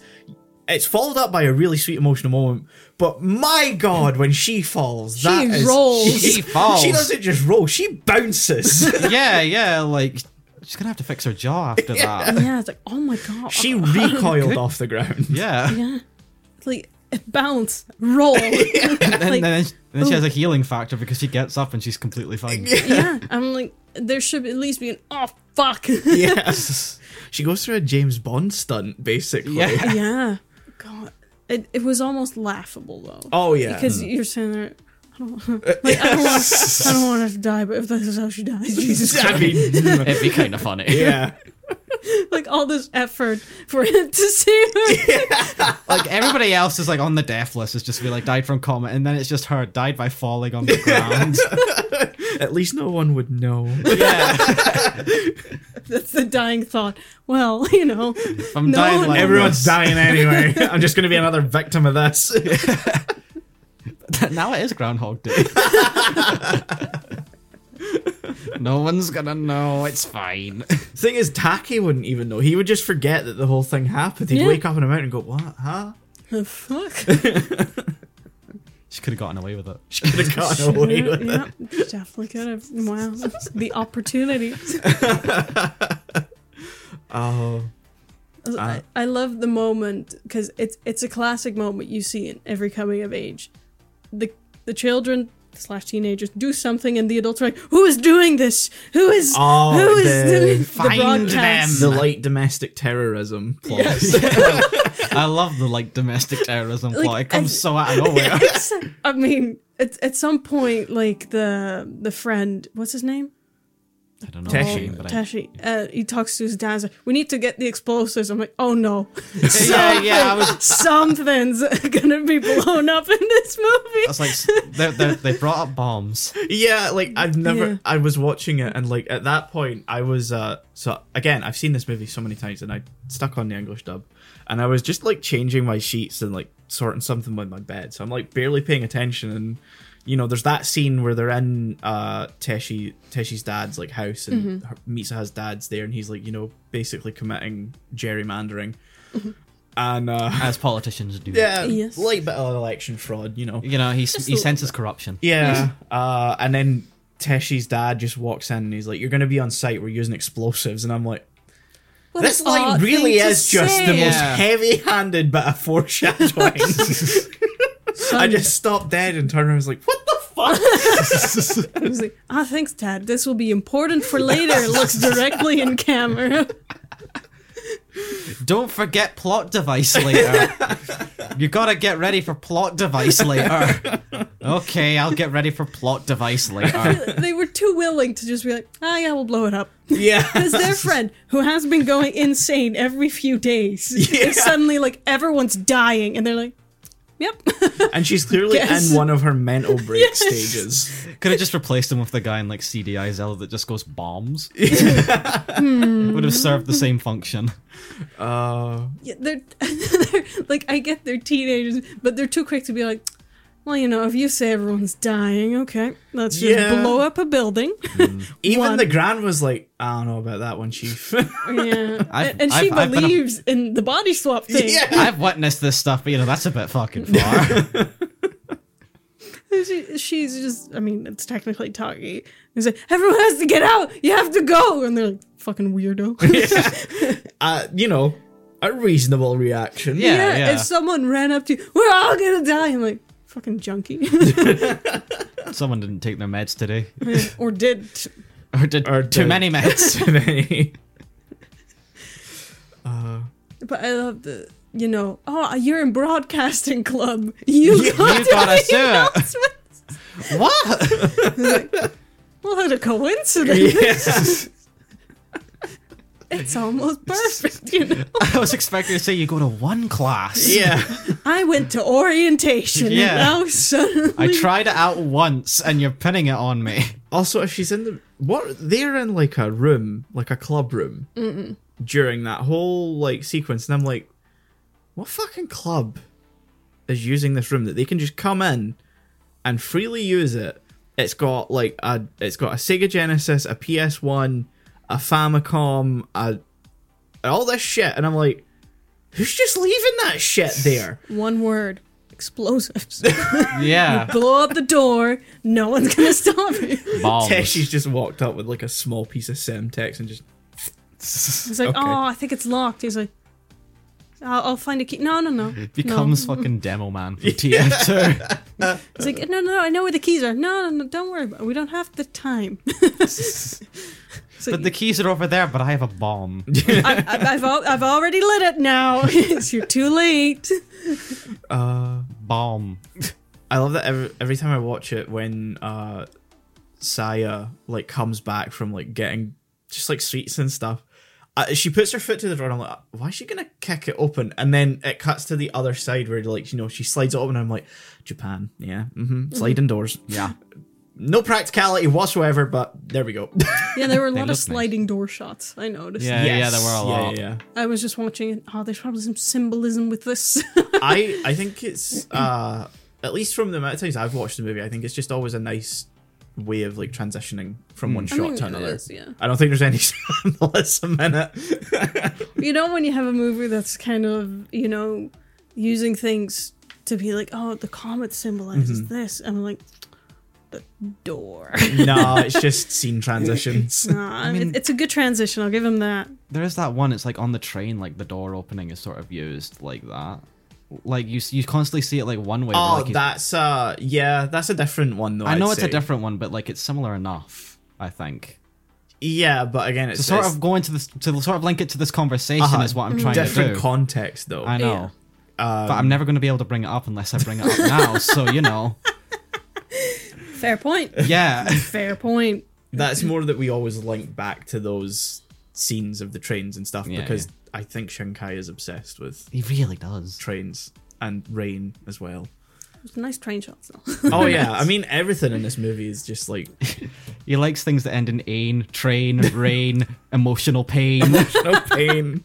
Speaker 1: it's followed up by a really sweet emotional moment. But my god, when she falls,
Speaker 3: She
Speaker 1: that is-
Speaker 3: rolls.
Speaker 2: She falls.
Speaker 1: She doesn't just roll; she bounces.
Speaker 2: yeah, yeah, like she's gonna have to fix her jaw after that.
Speaker 3: yeah, it's like, oh my god.
Speaker 1: she recoiled off the ground.
Speaker 2: Yeah,
Speaker 3: yeah. It's Like bounce, roll.
Speaker 2: and then,
Speaker 3: Like-
Speaker 2: then, then she has a healing factor because she gets up and she's completely fine.
Speaker 3: yeah. I'm like, there should at least be an oh fuck.
Speaker 1: Yes, she goes through a James Bond stunt, basically.
Speaker 2: Yeah.
Speaker 3: yeah. God. It, it was almost laughable though.
Speaker 1: Oh yeah. Uh,
Speaker 3: Because you're sitting there I don't, like, I, don't want, I don't want to have to die, but if this is how she dies, Jesus
Speaker 1: I
Speaker 3: Christ.
Speaker 1: mean,
Speaker 2: It'd be kind of funny.
Speaker 1: yeah.
Speaker 3: like all this effort for him to see her.
Speaker 2: Like everybody else is like on the death list is just be like died from coma, and then it's just her died by falling on the ground.
Speaker 1: At least no one would know.
Speaker 2: yeah,
Speaker 3: That's the dying thought. Well, you know,
Speaker 2: if I'm
Speaker 3: No
Speaker 2: dying.
Speaker 3: one-
Speaker 2: Like
Speaker 1: Everyone's
Speaker 2: this-
Speaker 1: dying anyway. I'm just going to be another victim of this.
Speaker 2: now it is Groundhog Day. no one's gonna know. It's fine.
Speaker 1: Thing is, Taki wouldn't even know. He would just forget that the whole thing happened. He'd
Speaker 3: Yeah.
Speaker 1: wake up in a mountain and go, "What? Huh?"
Speaker 3: the fuck.
Speaker 2: She could have gotten away with it.
Speaker 1: Could have gotten away with it.
Speaker 3: yeah, definitely could have. Wow, the opportunity.
Speaker 1: Oh, Uh,
Speaker 3: I, I love the moment because it's it's a classic moment you see in every coming of age. The the children slash teenagers do something, and the adults are like, "Who is doing this? Who is
Speaker 1: Oh,
Speaker 3: who is
Speaker 1: the-
Speaker 3: doing the
Speaker 2: Find
Speaker 3: broadcast?"
Speaker 1: the light domestic terrorism plot.
Speaker 2: I love the like domestic terrorism
Speaker 3: Like,
Speaker 2: plot. It comes
Speaker 3: I-
Speaker 2: so out of nowhere.
Speaker 3: It's, I mean, at at some point, like the the friend, what's his name?
Speaker 2: I don't know.
Speaker 1: Tashi.
Speaker 2: what I-
Speaker 3: Tashi. Uh, he talks to his dad. he's like, we need to get the explosives. I'm like, oh no,
Speaker 2: Yeah, yeah. I was,
Speaker 3: something's gonna be blown up in this movie.
Speaker 2: I was like, s- they're, they're, they brought up bombs.
Speaker 1: Yeah, like I've never.
Speaker 3: Yeah.
Speaker 1: I was watching it, and like at that point, I was. uh So again, I've seen this movie so many times, and I stuck on the English dub, and I was just like changing my sheets and like sorting something with my bed. So I'm like barely paying attention, and you know, there's that scene where they're in uh Teshi Teshi's dad's like house, and
Speaker 3: Mm-hmm.
Speaker 1: her Mitsuha's dad's there, and he's like, you know, basically committing gerrymandering, and uh
Speaker 2: As politicians do.
Speaker 1: yeah,
Speaker 3: Mm-hmm. Yes.
Speaker 1: light bit of election fraud, you know.
Speaker 2: You know, he, s-
Speaker 3: Just
Speaker 2: he
Speaker 3: a little
Speaker 2: senses corruption.
Speaker 1: Yeah. Uh, and then Teshi's dad just walks in and he's like, You're going to be on site. We're using explosives. And I'm like,
Speaker 3: What
Speaker 1: This
Speaker 3: an
Speaker 1: like
Speaker 3: odd
Speaker 1: really
Speaker 3: thing to
Speaker 1: is just the
Speaker 3: say.
Speaker 1: most
Speaker 2: Yeah.
Speaker 1: heavy handed bit of foreshadowing. I just stopped dead and turned around and was like, What the fuck?
Speaker 3: I was like, ah, thanks, Dad. This will be important for later. Looks directly in camera.
Speaker 2: Don't forget plot device later. you gotta get ready for plot device later. Okay, I'll get ready for plot device later.
Speaker 3: they were too willing to just be like, ah, yeah, we'll blow it up.
Speaker 1: yeah.
Speaker 3: Because their friend, who has been going insane every few days,
Speaker 1: Yeah.
Speaker 3: is suddenly like, everyone's dying. And they're like, yep.
Speaker 1: And she's clearly
Speaker 3: Yes.
Speaker 1: in one of her mental break
Speaker 3: Yes.
Speaker 1: stages.
Speaker 2: Could have just replaced him with the guy in like CDI Zelda that just goes bombs.
Speaker 1: Hmm.
Speaker 2: Would have served the same function.
Speaker 1: Uh,
Speaker 3: Yeah, they're, they're like I get they're teenagers, but they're too quick to be like, well, you know, if you say everyone's dying, okay, let's just
Speaker 1: Yeah.
Speaker 3: blow up a building.
Speaker 1: even
Speaker 3: One.
Speaker 1: the grand was like, I don't know about that one, Chief.
Speaker 3: yeah,
Speaker 2: I've-
Speaker 3: and she
Speaker 2: I've- I've been a-
Speaker 3: believes in the body swap thing.
Speaker 1: yeah.
Speaker 2: I've witnessed this stuff, but you know, that's a bit fucking far.
Speaker 3: She- she's just, I mean, it's technically talkie. He's like, everyone has to get out. You have to go, and they're like, fucking weirdo. Yeah,
Speaker 1: Uh, you know, a reasonable reaction.
Speaker 2: Yeah.
Speaker 3: If someone ran up to you, we're all gonna die. I'm like, fucking junkie,
Speaker 2: Someone didn't take their meds today.
Speaker 3: or did.
Speaker 2: Or did
Speaker 1: Or
Speaker 2: too
Speaker 1: did.
Speaker 2: many meds.
Speaker 1: uh,
Speaker 3: But I love the, you know, oh, you're in broadcasting club. You,
Speaker 2: you gotta do it.
Speaker 3: That's what-
Speaker 2: What?
Speaker 3: What a coincidence!
Speaker 1: yes.
Speaker 3: It's almost perfect, you know.
Speaker 2: I was expecting to say you go to one class.
Speaker 1: Yeah.
Speaker 3: I went to orientation.
Speaker 2: Yeah.
Speaker 3: And now suddenly,
Speaker 2: I tried it out once and you're pinning it on me.
Speaker 1: Also, if she's in the what they're in like a room, like a club room, during that whole like sequence, and I'm like, what fucking club is using this room that they can just come in and freely use it? It's got like a it's got a Sega Genesis, a PS1, a Famicom, a all this shit, and I'm like, who's just leaving that shit there?
Speaker 3: One word. Explosives.
Speaker 2: Yeah.
Speaker 3: Blow up the door. No one's gonna stop me.
Speaker 2: Bombs.
Speaker 1: Teshi's just walked up with like a small piece of Semtex and just
Speaker 3: He's like,
Speaker 1: Okay.
Speaker 3: oh, I think it's locked. He's like, I'll, I'll find a key. No, no, no.
Speaker 2: Becomes fucking demo man from TF2.
Speaker 3: No. He's like, no, no, no. I know where the keys are. No, no, no. Don't worry about it. We don't have the time. It's like,
Speaker 2: but the keys are over there, but I have a bomb.
Speaker 3: I, I, I've, al- I've already lit it now. It's- You're too late.
Speaker 1: uh
Speaker 2: bomb.
Speaker 1: I love that every, every time I watch it when uh Saya like comes back from like getting just like sweets and stuff. Uh, she puts her foot to the door and I'm like, why is she gonna kick it open? And then it cuts to the other side where like you know she slides it open. And I'm like, Japan, yeah, mm-hmm. sliding doors,
Speaker 2: Yeah.
Speaker 1: no practicality whatsoever. But there we go.
Speaker 3: Yeah, there were a
Speaker 2: They
Speaker 3: lot
Speaker 2: look
Speaker 3: of
Speaker 2: nice.
Speaker 3: sliding door shots. I noticed.
Speaker 2: Uh, Yeah, yeah, there were a lot.
Speaker 1: Yeah, yeah.
Speaker 3: I was just watching it. Oh, there's probably some symbolism with this.
Speaker 1: I I think it's uh at least from the amount of times I've watched the movie, I think it's just always a nice way of like transitioning from one shot
Speaker 3: Hmm. mean,
Speaker 1: to
Speaker 3: it
Speaker 1: another.
Speaker 3: is, yeah.
Speaker 1: I don't think there's any on the list a minute.
Speaker 3: you know, when you have a movie that's kind of, you know, using things to be like, oh, the comet symbolizes
Speaker 2: Mm-hmm.
Speaker 3: this. And I'm like, the door.
Speaker 1: no, it's just scene transitions.
Speaker 3: Nah, I mean,
Speaker 2: mean-
Speaker 3: it's a good transition. I'll give him that.
Speaker 2: There is that one. It's like on the train, like the door opening is sort of used like that. Like you, s- you constantly see it like one way. but,
Speaker 1: Oh,
Speaker 2: like, he's-
Speaker 1: that's uh yeah, that's a different one though.
Speaker 2: I know
Speaker 1: I'd
Speaker 2: it's
Speaker 1: say.
Speaker 2: a different one, but like it's similar enough. I think
Speaker 1: Yeah, but again,
Speaker 2: to
Speaker 1: it's,
Speaker 2: sort
Speaker 1: it's
Speaker 2: of go into this to sort of link it to this conversation
Speaker 1: Uh-huh.
Speaker 2: is what I'm trying
Speaker 1: different
Speaker 2: to do.
Speaker 1: context though.
Speaker 2: I know,
Speaker 3: Yeah.
Speaker 2: but I'm never going to be able to bring it up unless I bring it up now. So you know,
Speaker 3: Fair point.
Speaker 2: yeah,
Speaker 3: Fair point.
Speaker 1: that's more that we always link back to those scenes of the trains and stuff
Speaker 2: Yeah,
Speaker 1: because
Speaker 2: yeah.
Speaker 1: I think Shinkai is obsessed with
Speaker 2: he really does.
Speaker 1: trains and rain as well.
Speaker 3: It was nice train shots, though.
Speaker 1: Oh yeah, I mean everything in this movie is just like
Speaker 2: He likes things that end in ain, train, rain, emotional pain.
Speaker 1: no pain.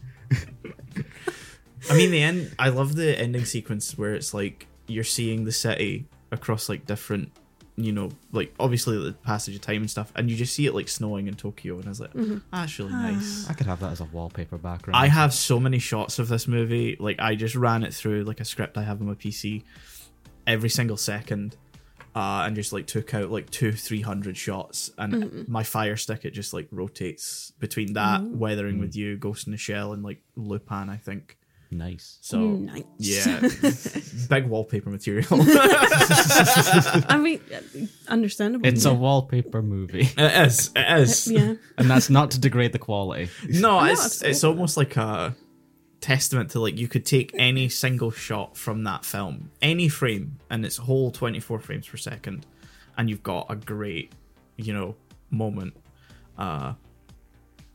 Speaker 1: I mean the end. I love the ending sequence where it's like you're seeing the city across like different, you know, like obviously the passage of time and stuff, and you just see it like snowing in Tokyo, and I was like, "Ah, that's really nice.
Speaker 2: I could have that as a wallpaper background.
Speaker 1: I have so many shots of this movie. Like I just ran it through like a script I have on my PC, every single second, uh, and just like took out like two, three hundred shots. And my fire stick it just like rotates between that, weathering with you, Ghost in the Shell, and like Lupin, I think.
Speaker 2: nice.
Speaker 1: So
Speaker 3: nice.
Speaker 1: yeah, big wallpaper material.
Speaker 3: I mean, uh, understandable.
Speaker 2: It's a wallpaper movie.
Speaker 1: it is. It is.
Speaker 3: yeah.
Speaker 2: and that's not to degrade the quality.
Speaker 1: No, it's
Speaker 3: absolutely.
Speaker 1: it's almost like a testament to like you could take any single shot from that film, any frame, and its whole twenty four frames per second, and you've got a great, you know, moment. Uh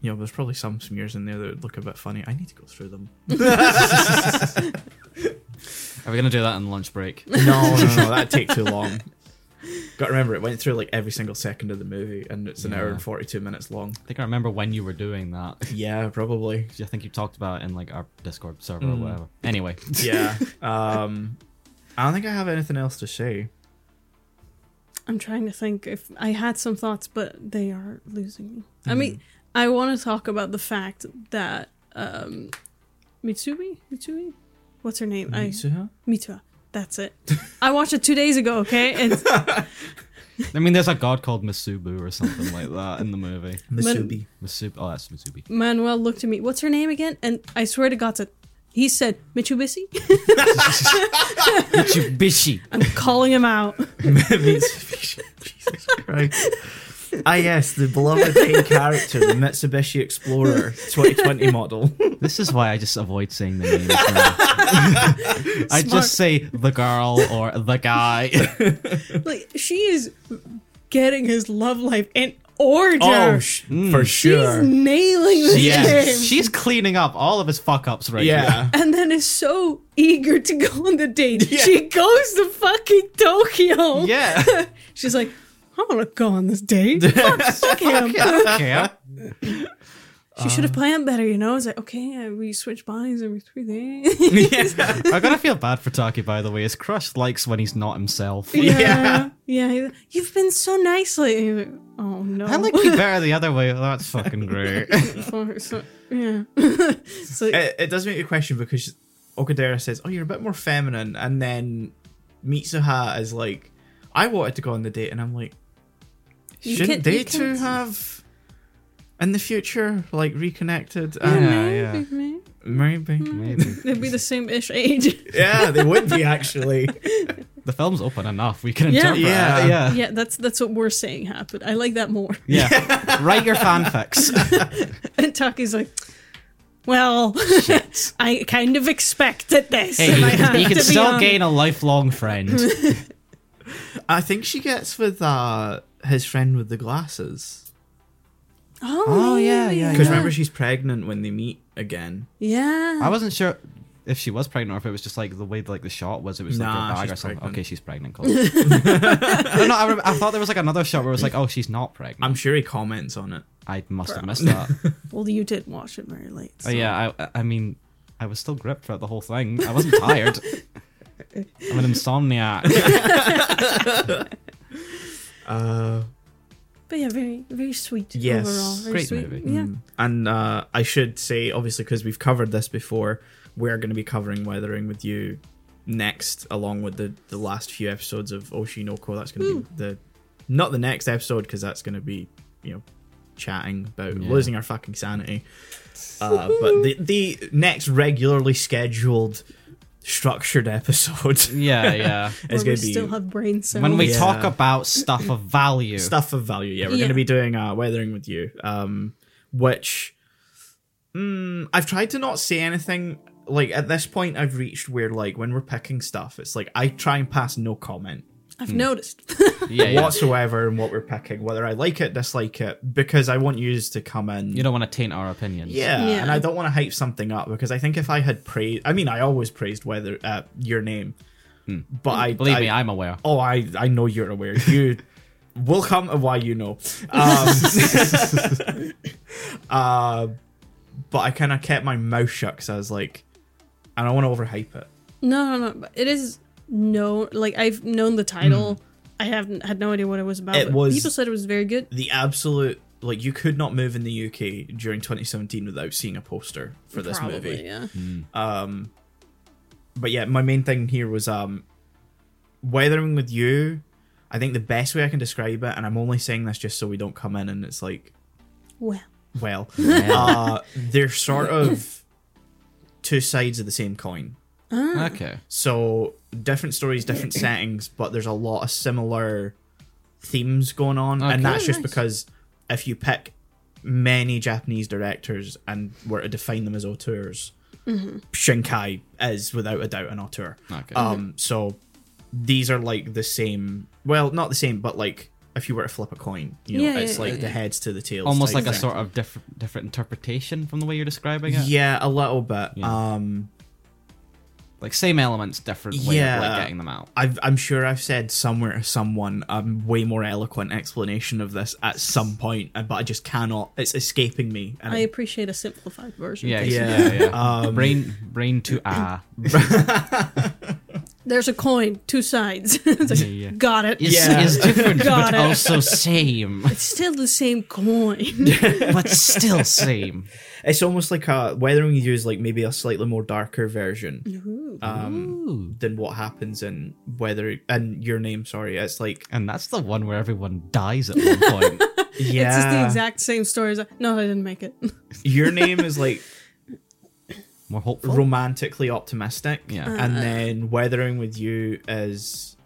Speaker 1: you know, there's probably some smears in there that would look a bit funny. I need to go through them.
Speaker 2: Are we gonna do that in lunch break?
Speaker 1: No, no, no, that'd take too long. Got to remember, it went through like every single second of the movie, and it's an hour
Speaker 2: Yeah.
Speaker 1: and forty-two minutes long.
Speaker 2: I think I remember when you were doing that.
Speaker 1: Yeah, probably.
Speaker 2: I think you talked about it in like our Discord server or whatever. Anyway,
Speaker 1: Yeah. um, I don't think I have anything else to say.
Speaker 3: I'm trying to think if I had some thoughts, but they are losing me. I mean, I want to talk about the fact that um, Mitsui, Mitsui, what's her name? I
Speaker 1: Mitsuha?
Speaker 3: Mitsuha. That's it. I watched it two days ago. Okay, it's
Speaker 2: I mean, there's a god called Masubu or something like that in the movie.
Speaker 1: Masubi.
Speaker 2: Masubu. Oh, that's Masubi.
Speaker 3: Manuel looked at me. What's her name again? And I swear to God, said he said Mitsubishi.
Speaker 2: Mitsubishi.
Speaker 3: I'm calling him out.
Speaker 1: Mitsubishi. Jesus Christ. Ah, yes, the beloved main character, the Mitsubishi Explorer 2020 model.
Speaker 2: This is why I just avoid saying the names. now. I
Speaker 3: Smart.
Speaker 2: just say the girl or the guy.
Speaker 3: Like she is getting his love life in order.
Speaker 1: sh- for
Speaker 3: She's nailing this
Speaker 2: yeah,
Speaker 3: game.
Speaker 2: she's cleaning up all of his fuck ups right now.
Speaker 1: Yeah.
Speaker 3: and then is so eager to go on the date.
Speaker 1: Yeah.
Speaker 3: She goes to fucking Tokyo.
Speaker 2: Yeah.
Speaker 3: She's like, I want to go on this date. Fuck, fuck him.
Speaker 2: Okay.
Speaker 3: She should have planned better, you know? It's like, okay, uh, we switch bodies every three days.
Speaker 1: yeah.
Speaker 2: I gotta feel bad for Taki, by the way. His crush likes when he's not himself.
Speaker 1: Yeah.
Speaker 3: Yeah. Yeah. he's like, You've been so nice lately. He's like, oh, no.
Speaker 2: I like you better the other way. That's fucking great.
Speaker 3: So- so- yeah. it's
Speaker 2: Eh,
Speaker 3: like,
Speaker 1: It, it does make you question because Okadera says, "Oh, you're a bit more feminine," and then Mitsuha is like, "I wanted to go on the date," and I'm like,
Speaker 3: You
Speaker 1: "Shouldn't
Speaker 3: can't-
Speaker 1: they
Speaker 3: you
Speaker 1: two
Speaker 3: can't-
Speaker 1: have in the future like reconnected?"
Speaker 2: Yeah.
Speaker 1: And
Speaker 3: maybe, maybe. Hmm.
Speaker 1: maybe,
Speaker 2: Maybe.
Speaker 3: They'd be the same ish age.
Speaker 1: yeah, they would be actually.
Speaker 2: The film's open enough. We can
Speaker 3: Yeah.
Speaker 2: interpret
Speaker 1: Yeah.
Speaker 2: it. Yeah.
Speaker 3: yeah, that's that's what we're saying happened. I like that more.
Speaker 2: Yeah. Write your fanfics.
Speaker 3: And Taki's like, well, I kind of expected this.
Speaker 2: Hey,
Speaker 3: and I have
Speaker 2: you, you can
Speaker 3: to be
Speaker 2: still
Speaker 3: honest."
Speaker 2: gain a lifelong friend.
Speaker 1: I think she gets with uh, his friend with the glasses
Speaker 3: Oh,
Speaker 2: Oh, yeah, yeah,
Speaker 1: because
Speaker 2: yeah.
Speaker 1: remember she's pregnant when they meet again.
Speaker 3: yeah.
Speaker 2: I wasn't sure if she was pregnant or if it was just like the way like the shot was. It was
Speaker 1: Nah,
Speaker 2: like a bag
Speaker 1: she's
Speaker 2: or something.
Speaker 1: pregnant.
Speaker 2: Okay, she's pregnant. Cool. no, no, I, rem- I thought there was like another shot where it was like, oh, she's not pregnant.
Speaker 1: I'm sure he comments on it.
Speaker 2: I must have missed that.
Speaker 3: well, you did watch it very late.
Speaker 2: Oh
Speaker 3: so-
Speaker 2: yeah, I, I mean, I was still gripped throughout the whole thing. I wasn't tired. I'm an insomniac.
Speaker 1: Uh,
Speaker 3: But yeah, very very sweet
Speaker 1: Yes.
Speaker 3: overall. Very
Speaker 2: Great
Speaker 3: sweet.
Speaker 2: movie.
Speaker 3: Yeah.
Speaker 1: And uh, I should say, obviously, because we've covered this before, we're going to be covering Weathering with You next, along with the, the last few episodes of Oshinoko. That's going
Speaker 3: Hmm.
Speaker 1: to be the not the next episode because that's going to be you know chatting about
Speaker 2: Yeah.
Speaker 1: losing our fucking sanity. Uh, but the the next regularly scheduled structured episode
Speaker 2: yeah, yeah.
Speaker 1: is
Speaker 3: Where
Speaker 1: going
Speaker 3: we
Speaker 1: to be
Speaker 3: still have brain cells.
Speaker 2: When we
Speaker 1: Yeah.
Speaker 2: talk about stuff of value,
Speaker 1: stuff of value. Yeah, we're going
Speaker 3: Yeah.
Speaker 1: to be doing uh, weathering with you, um, which mm, I've tried to not say anything. Like at this point, I've reached where like when we're picking stuff, it's like I try and pass no comment
Speaker 2: Mm.
Speaker 3: I've noticed.
Speaker 2: yeah, yeah.
Speaker 1: whatsoever in what we're picking, whether I like it, dislike it, because I want yous to come in.
Speaker 2: you don't want to taint our opinions.
Speaker 1: yeah,
Speaker 3: Yeah.
Speaker 1: and I don't want to hype something up because I think if I had praised, I mean, I always praised whether uh, your name, but I
Speaker 2: Hmm. believe
Speaker 1: I,
Speaker 2: me, I'm aware.
Speaker 1: oh i i know you're aware you will come to why you know um uh, but i kind of kept my mouth shut because i was like i don't want to overhype it
Speaker 3: no, no, no. But it is known. Like I've known the title.
Speaker 2: Mm.
Speaker 3: I haven't had no idea what it was about.
Speaker 1: It
Speaker 3: but
Speaker 1: was-
Speaker 3: People said it was very good.
Speaker 1: the absolute like you could not move in the uk during 2017 without seeing a poster for this
Speaker 3: Probably,
Speaker 1: movie Mm.
Speaker 3: Yeah.
Speaker 1: but yeah my main thing here was um weathering with you i think the best way i can describe it and i'm only saying this just so we don't come in and it's like
Speaker 3: Well.
Speaker 1: well
Speaker 2: Yeah.
Speaker 1: uh, they're sort of two sides of the same coin. Mm.
Speaker 2: okay.
Speaker 1: So different stories, different settings, but there's a lot of similar themes going on,
Speaker 2: Okay.
Speaker 1: and that's
Speaker 3: Oh,
Speaker 1: just
Speaker 3: nice.
Speaker 1: because if you pick many Japanese directors and were to define them as auteurs, Shinkai is without a doubt an auteur.
Speaker 2: Mm-hmm. Okay.
Speaker 1: Um, so these are like the same. Well, not the same, but like if you were to flip a coin, you know,
Speaker 3: Yeah,
Speaker 1: it's
Speaker 3: yeah,
Speaker 1: like
Speaker 3: yeah,
Speaker 1: the
Speaker 3: yeah.
Speaker 1: heads to the tails.
Speaker 2: Almost
Speaker 1: type
Speaker 2: like a
Speaker 1: thing.
Speaker 2: sort of different different interpretation from the way you're describing it.
Speaker 1: Yeah, a little bit.
Speaker 2: Yeah.
Speaker 1: Um.
Speaker 2: Like same elements, different way of
Speaker 1: Yeah.
Speaker 2: like getting them out.
Speaker 1: I've, I'm sure I've said somewhere to someone a way more eloquent explanation of this at some point, uh, but I just cannot. It's escaping me. And
Speaker 3: I appreciate a simplified version.
Speaker 2: Yeah,
Speaker 3: basically.
Speaker 2: yeah, yeah.
Speaker 1: Um,
Speaker 2: brain, brain to ah.
Speaker 3: There's a coin, two sides. It's like,
Speaker 2: Yeah, yeah.
Speaker 3: Got it.
Speaker 2: Is,
Speaker 1: Yeah.
Speaker 2: is different,
Speaker 3: Got
Speaker 2: but
Speaker 3: it.
Speaker 2: also same.
Speaker 3: It's still the same coin.
Speaker 2: But still same.
Speaker 1: it's almost like a weathering you is like maybe a slightly more darker version
Speaker 3: Ooh.
Speaker 2: Ooh.
Speaker 1: than what happens in weather and your name. Sorry, it's like
Speaker 2: And that's the one where everyone dies at one point.
Speaker 1: yeah,
Speaker 3: It's just
Speaker 2: Ah.
Speaker 3: the exact same story as no, I didn't make it.
Speaker 1: your name is like
Speaker 2: More hopeful.
Speaker 1: romantically optimistic,
Speaker 2: Yeah.
Speaker 3: Uh,
Speaker 1: and then weathering with you is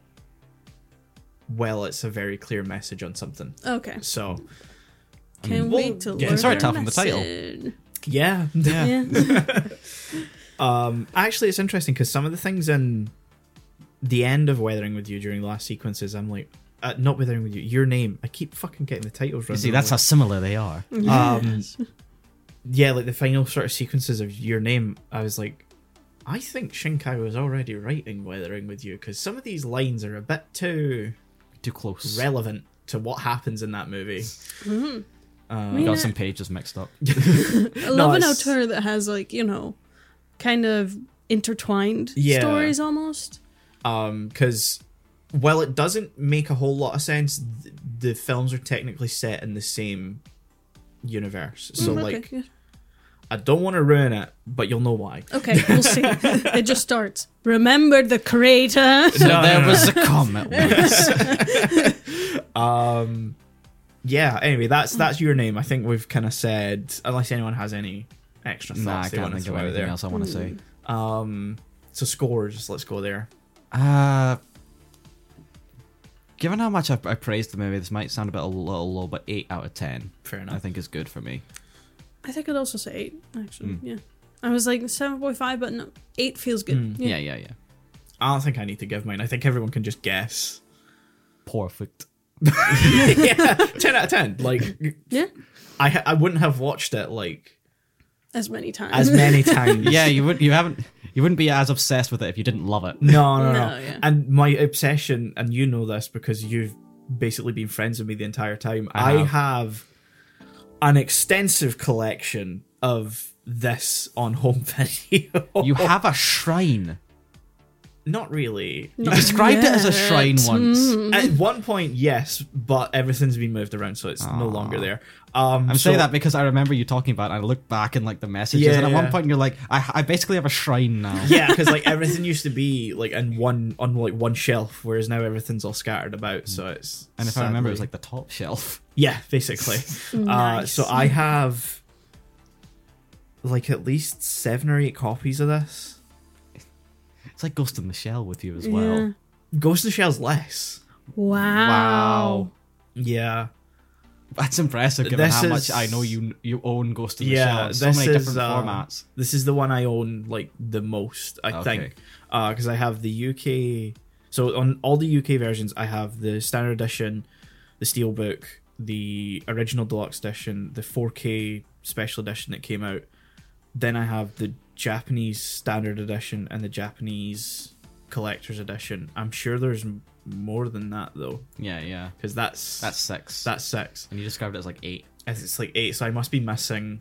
Speaker 1: well, it's a very clear message on something.
Speaker 3: Okay,
Speaker 1: So
Speaker 3: can
Speaker 1: we'll
Speaker 3: wait till
Speaker 1: get into it.
Speaker 3: learn our
Speaker 2: Sorry, Tom, from the title.
Speaker 3: lesson.
Speaker 1: yeah,
Speaker 3: Yeah,
Speaker 1: Um, actually, it's interesting because some of the things in the end of Weathering with You during the last sequences, I'm like, uh, not Weathering with You, your name. I keep fucking getting the titles wrong.
Speaker 2: You see, that's how similar they are.
Speaker 1: Um, yeah, like the final sort of sequences of your name, I was like, I think Shinkai was already writing Weathering with You because some of these lines are a bit too
Speaker 2: Too close.
Speaker 1: relevant. to what happens in that movie. Um,
Speaker 2: We
Speaker 3: Yeah.
Speaker 2: got some pages mixed up.
Speaker 3: I love an
Speaker 1: it's-
Speaker 3: auteur that has like you know, kind of intertwined
Speaker 1: Yeah.
Speaker 3: stories almost.
Speaker 1: um because while it doesn't make a whole lot of sense th- the films are technically set in the same universe so
Speaker 3: Mm,
Speaker 1: like
Speaker 3: okay,
Speaker 1: i don't want to ruin it but you'll know why
Speaker 3: okay, we'll see. it just starts. Remember the creator.
Speaker 2: So
Speaker 1: No, no,
Speaker 2: there
Speaker 1: no.
Speaker 2: was a comment. once.
Speaker 1: yeah anyway that's that's your name i think we've kind of said unless anyone has any extra thoughts
Speaker 2: nah, I
Speaker 1: they
Speaker 2: can't
Speaker 1: want to
Speaker 2: think of
Speaker 1: throw out
Speaker 2: anything
Speaker 1: there
Speaker 2: else I want to say.
Speaker 1: um so scores let's go there
Speaker 2: Uh, given how much I, I praised the movie, this might sound a bit a little low, but eight out of ten,
Speaker 1: fair
Speaker 2: I
Speaker 1: enough
Speaker 2: think is good for me.
Speaker 3: I think I'd also say eight. Actually,
Speaker 2: Mm.
Speaker 3: yeah. I was like seven point five, but no, eight feels good. Yeah.
Speaker 2: Yeah, yeah, yeah.
Speaker 1: i don't think i need to give mine i think everyone can just guess
Speaker 2: Perfect.
Speaker 1: yeah 10 out of 10 like
Speaker 3: Yeah.
Speaker 1: i ha- i wouldn't have watched it like
Speaker 3: as many times.
Speaker 1: as many times
Speaker 2: Yeah, you would. You haven't. You wouldn't be as obsessed with it if you didn't love it.
Speaker 1: No, no, no.
Speaker 3: No, yeah.
Speaker 1: And my obsession, and you know this because you've basically been friends with me the entire time. I
Speaker 2: I
Speaker 1: have,
Speaker 2: have.
Speaker 1: an extensive collection of this on home video.
Speaker 2: You have a shrine.
Speaker 1: Not really.
Speaker 2: You described it as a shrine
Speaker 3: Yet.
Speaker 2: once.
Speaker 1: At one point, yes, but everything's been moved around, so it's no longer there. Um,
Speaker 2: I'm saying
Speaker 1: so-
Speaker 2: that because I remember you talking about. it. I looked back in like the messages,
Speaker 1: Yeah,
Speaker 2: and at
Speaker 1: yeah.
Speaker 2: one point you're like, I, I basically have a shrine now.
Speaker 1: yeah, because like everything used to be like in one on like one shelf, whereas now everything's all scattered about. So it's
Speaker 2: Mm. And if I remember, it was
Speaker 1: sadly-
Speaker 2: like the top shelf.
Speaker 1: Yeah, basically. uh,
Speaker 3: Nice.
Speaker 1: so I have like at least seven or eight copies of this.
Speaker 2: It's like Ghost in the Shell with you as well.
Speaker 3: Yeah.
Speaker 1: Ghost in the Shell's less.
Speaker 3: Wow.
Speaker 1: Yeah,
Speaker 2: That's impressive, given
Speaker 1: This
Speaker 2: how
Speaker 1: is-
Speaker 2: much I know you you own Ghost in the
Speaker 1: Yeah,
Speaker 2: Shell in so
Speaker 1: this
Speaker 2: many different
Speaker 1: is, uh,
Speaker 2: formats.
Speaker 1: this is the one I own like the most. I
Speaker 2: Okay.
Speaker 1: think because I have the UK. So on all the UK versions, I have the standard edition, the steelbook, the original deluxe edition, the 4K special edition that came out. Then I have the Japanese standard edition and the Japanese collector's edition. I'm sure there's m- more than that though,
Speaker 2: Yeah, yeah.
Speaker 1: because that's
Speaker 2: That's six.
Speaker 1: that's six.
Speaker 2: and you described it as like eight.
Speaker 1: And It's like eight, so I must be missing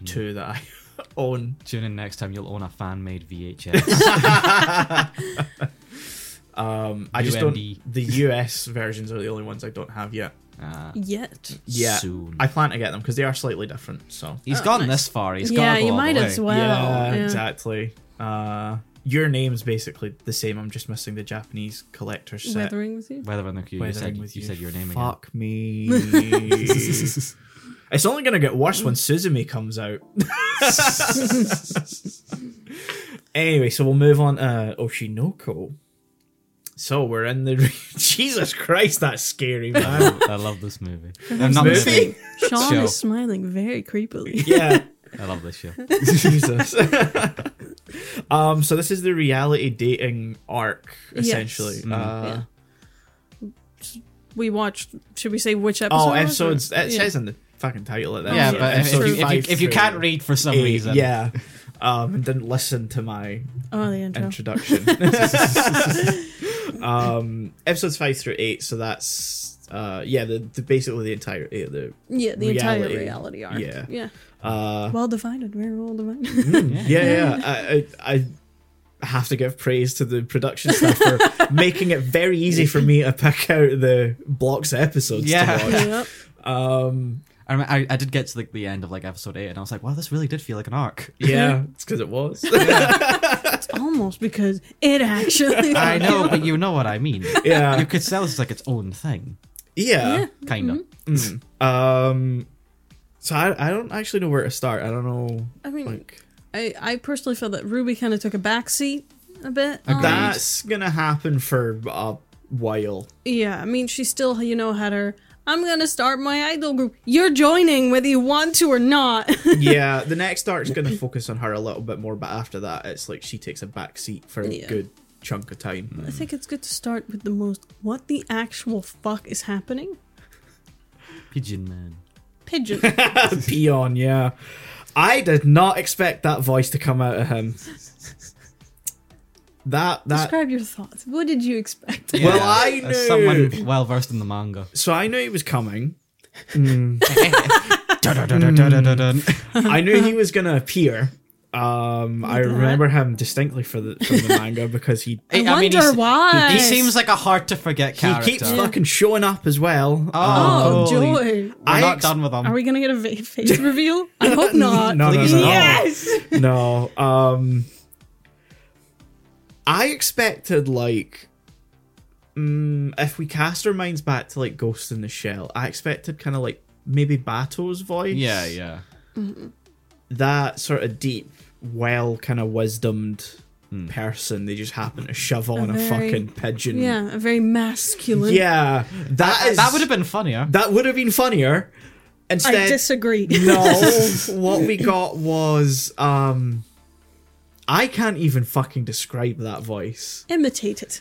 Speaker 2: Hmm.
Speaker 1: two that I own.
Speaker 2: Tune in next time, you'll own a fan made VHS.
Speaker 1: Um, I just don't.
Speaker 2: UMD.
Speaker 1: The US versions are the only ones I don't have yet.
Speaker 2: uh,
Speaker 3: Yet.
Speaker 1: Yeah,
Speaker 2: Soon.
Speaker 1: I plan to get them because they are slightly different. So
Speaker 2: he's
Speaker 3: Oh,
Speaker 2: gone
Speaker 3: nice.
Speaker 2: this far. He's
Speaker 3: yeah,
Speaker 2: gone.
Speaker 3: you might as well.
Speaker 1: yeah,
Speaker 3: Yeah.
Speaker 1: exactly. Uh, your name's basically the same. I'm just missing the Japanese collector's set.
Speaker 3: Weathering with you.
Speaker 2: Whether or not you, you
Speaker 1: Weathering
Speaker 2: said you,
Speaker 1: with
Speaker 2: said your name
Speaker 1: Fuck me. it's only gonna get worse
Speaker 2: Mm.
Speaker 1: when Suzume comes out. anyway, so we'll move on to Oshinoko. So we're in the re- Jesus Christ, that's scary, man.
Speaker 2: again. I love this movie. I'm not
Speaker 1: Movie?
Speaker 2: moving.
Speaker 3: Sean
Speaker 2: Show.
Speaker 3: is smiling very creepily.
Speaker 1: yeah.
Speaker 2: I love this show.
Speaker 1: Jesus. um, so this is the reality dating arc, essentially.
Speaker 3: Yes.
Speaker 2: Mm.
Speaker 1: Uh,
Speaker 3: Yeah. We watched. Should we say which episode?
Speaker 1: Oh,
Speaker 3: it was, or-
Speaker 1: episodes. It
Speaker 3: yeah.
Speaker 1: says in the fucking title of that.
Speaker 2: Yeah,
Speaker 3: Yeah,
Speaker 2: but if,
Speaker 3: episode
Speaker 2: if, you, if,
Speaker 1: five
Speaker 2: you, if you
Speaker 1: through
Speaker 2: can't read for some
Speaker 1: eight,
Speaker 2: reason,
Speaker 1: yeah, um, and didn't listen to my
Speaker 3: Oh, the intro.
Speaker 1: introduction. um, episodes five through eight. So that's uh, yeah, the, the basically the entire yeah, the
Speaker 3: yeah, the
Speaker 1: reality.
Speaker 3: entire reality arc.
Speaker 1: Yeah.
Speaker 3: Yeah.
Speaker 1: uh,
Speaker 3: Well divided. Very well divided.
Speaker 1: yeah, yeah. I, I, I have to give praise to the production staff for making it very easy for me to pick out the blocks of episodes
Speaker 2: Yeah.
Speaker 1: to watch.
Speaker 3: yep.
Speaker 1: Um,
Speaker 2: I, remember, I I did get to like the end of like episode eight, and I was like, wow, this really did feel like an arc.
Speaker 1: yeah, it's because it was.
Speaker 3: It's almost because it actually.
Speaker 2: I know, but you know what I mean.
Speaker 1: yeah,
Speaker 2: You could sell this as like its own thing,
Speaker 1: yeah.
Speaker 3: Yeah.
Speaker 2: kind of.
Speaker 3: Mm-hmm.
Speaker 1: Um, so I, I don't actually know where to start. I don't know.
Speaker 3: I mean,
Speaker 1: Like
Speaker 3: I, I personally feel that Ruby kind of took a backseat a bit. on
Speaker 2: Agreed.
Speaker 3: that.
Speaker 1: that's gonna happen for a while.
Speaker 3: Yeah, I mean, she still, you know, had her. I'm gonna start my idol group. You're joining whether you want to or not.
Speaker 1: yeah, the next arc's gonna focus on her a little bit more, but after that, it's like she takes a back seat for a
Speaker 3: Yeah.
Speaker 1: good chunk of time.
Speaker 3: I think it's good to start with the most. What the actual fuck is happening?
Speaker 2: Pigeon Man.
Speaker 3: Pigeon.
Speaker 1: Peon, yeah. I did not expect that voice to come out of him. that that
Speaker 3: Describe your thoughts. What did you expect?
Speaker 1: Well, I
Speaker 2: As
Speaker 1: knew.
Speaker 2: someone well versed in the manga.
Speaker 1: so I knew he was coming.
Speaker 2: Dun, dun, dun, dun, dun, dun, dun.
Speaker 1: Mm. I knew he was gonna appear. Um, I remember him distinctly for the from the manga because he
Speaker 3: I
Speaker 2: mean,
Speaker 3: wonder
Speaker 2: he's-
Speaker 3: why.
Speaker 2: He seems like a hard to forget
Speaker 1: he
Speaker 2: character.
Speaker 1: keeps fucking showing up as well.
Speaker 3: Oh,
Speaker 2: holy-
Speaker 3: joy.
Speaker 2: We're
Speaker 1: I
Speaker 2: not
Speaker 1: ex-
Speaker 2: done with him.
Speaker 3: Are we gonna get a va- face reveal? I hope not.
Speaker 1: No, no, no, no.
Speaker 3: Yes.
Speaker 1: no. Um, I expected like, mm, if we cast our minds back to like Ghost in the Shell, I expected kind of like maybe Bato's voice.
Speaker 2: yeah, yeah.
Speaker 1: That sort of deep, well, kind of wisdomed
Speaker 2: Hmm.
Speaker 1: person. They just happen to shove on a,
Speaker 3: very-
Speaker 1: fucking pigeon.
Speaker 3: Yeah, a very masculine.
Speaker 1: Yeah, that is
Speaker 2: that would have been funnier.
Speaker 1: that would have been funnier. Instead,
Speaker 3: I disagree.
Speaker 1: no, what we got was um, I can't even fucking describe that voice.
Speaker 3: Imitate it.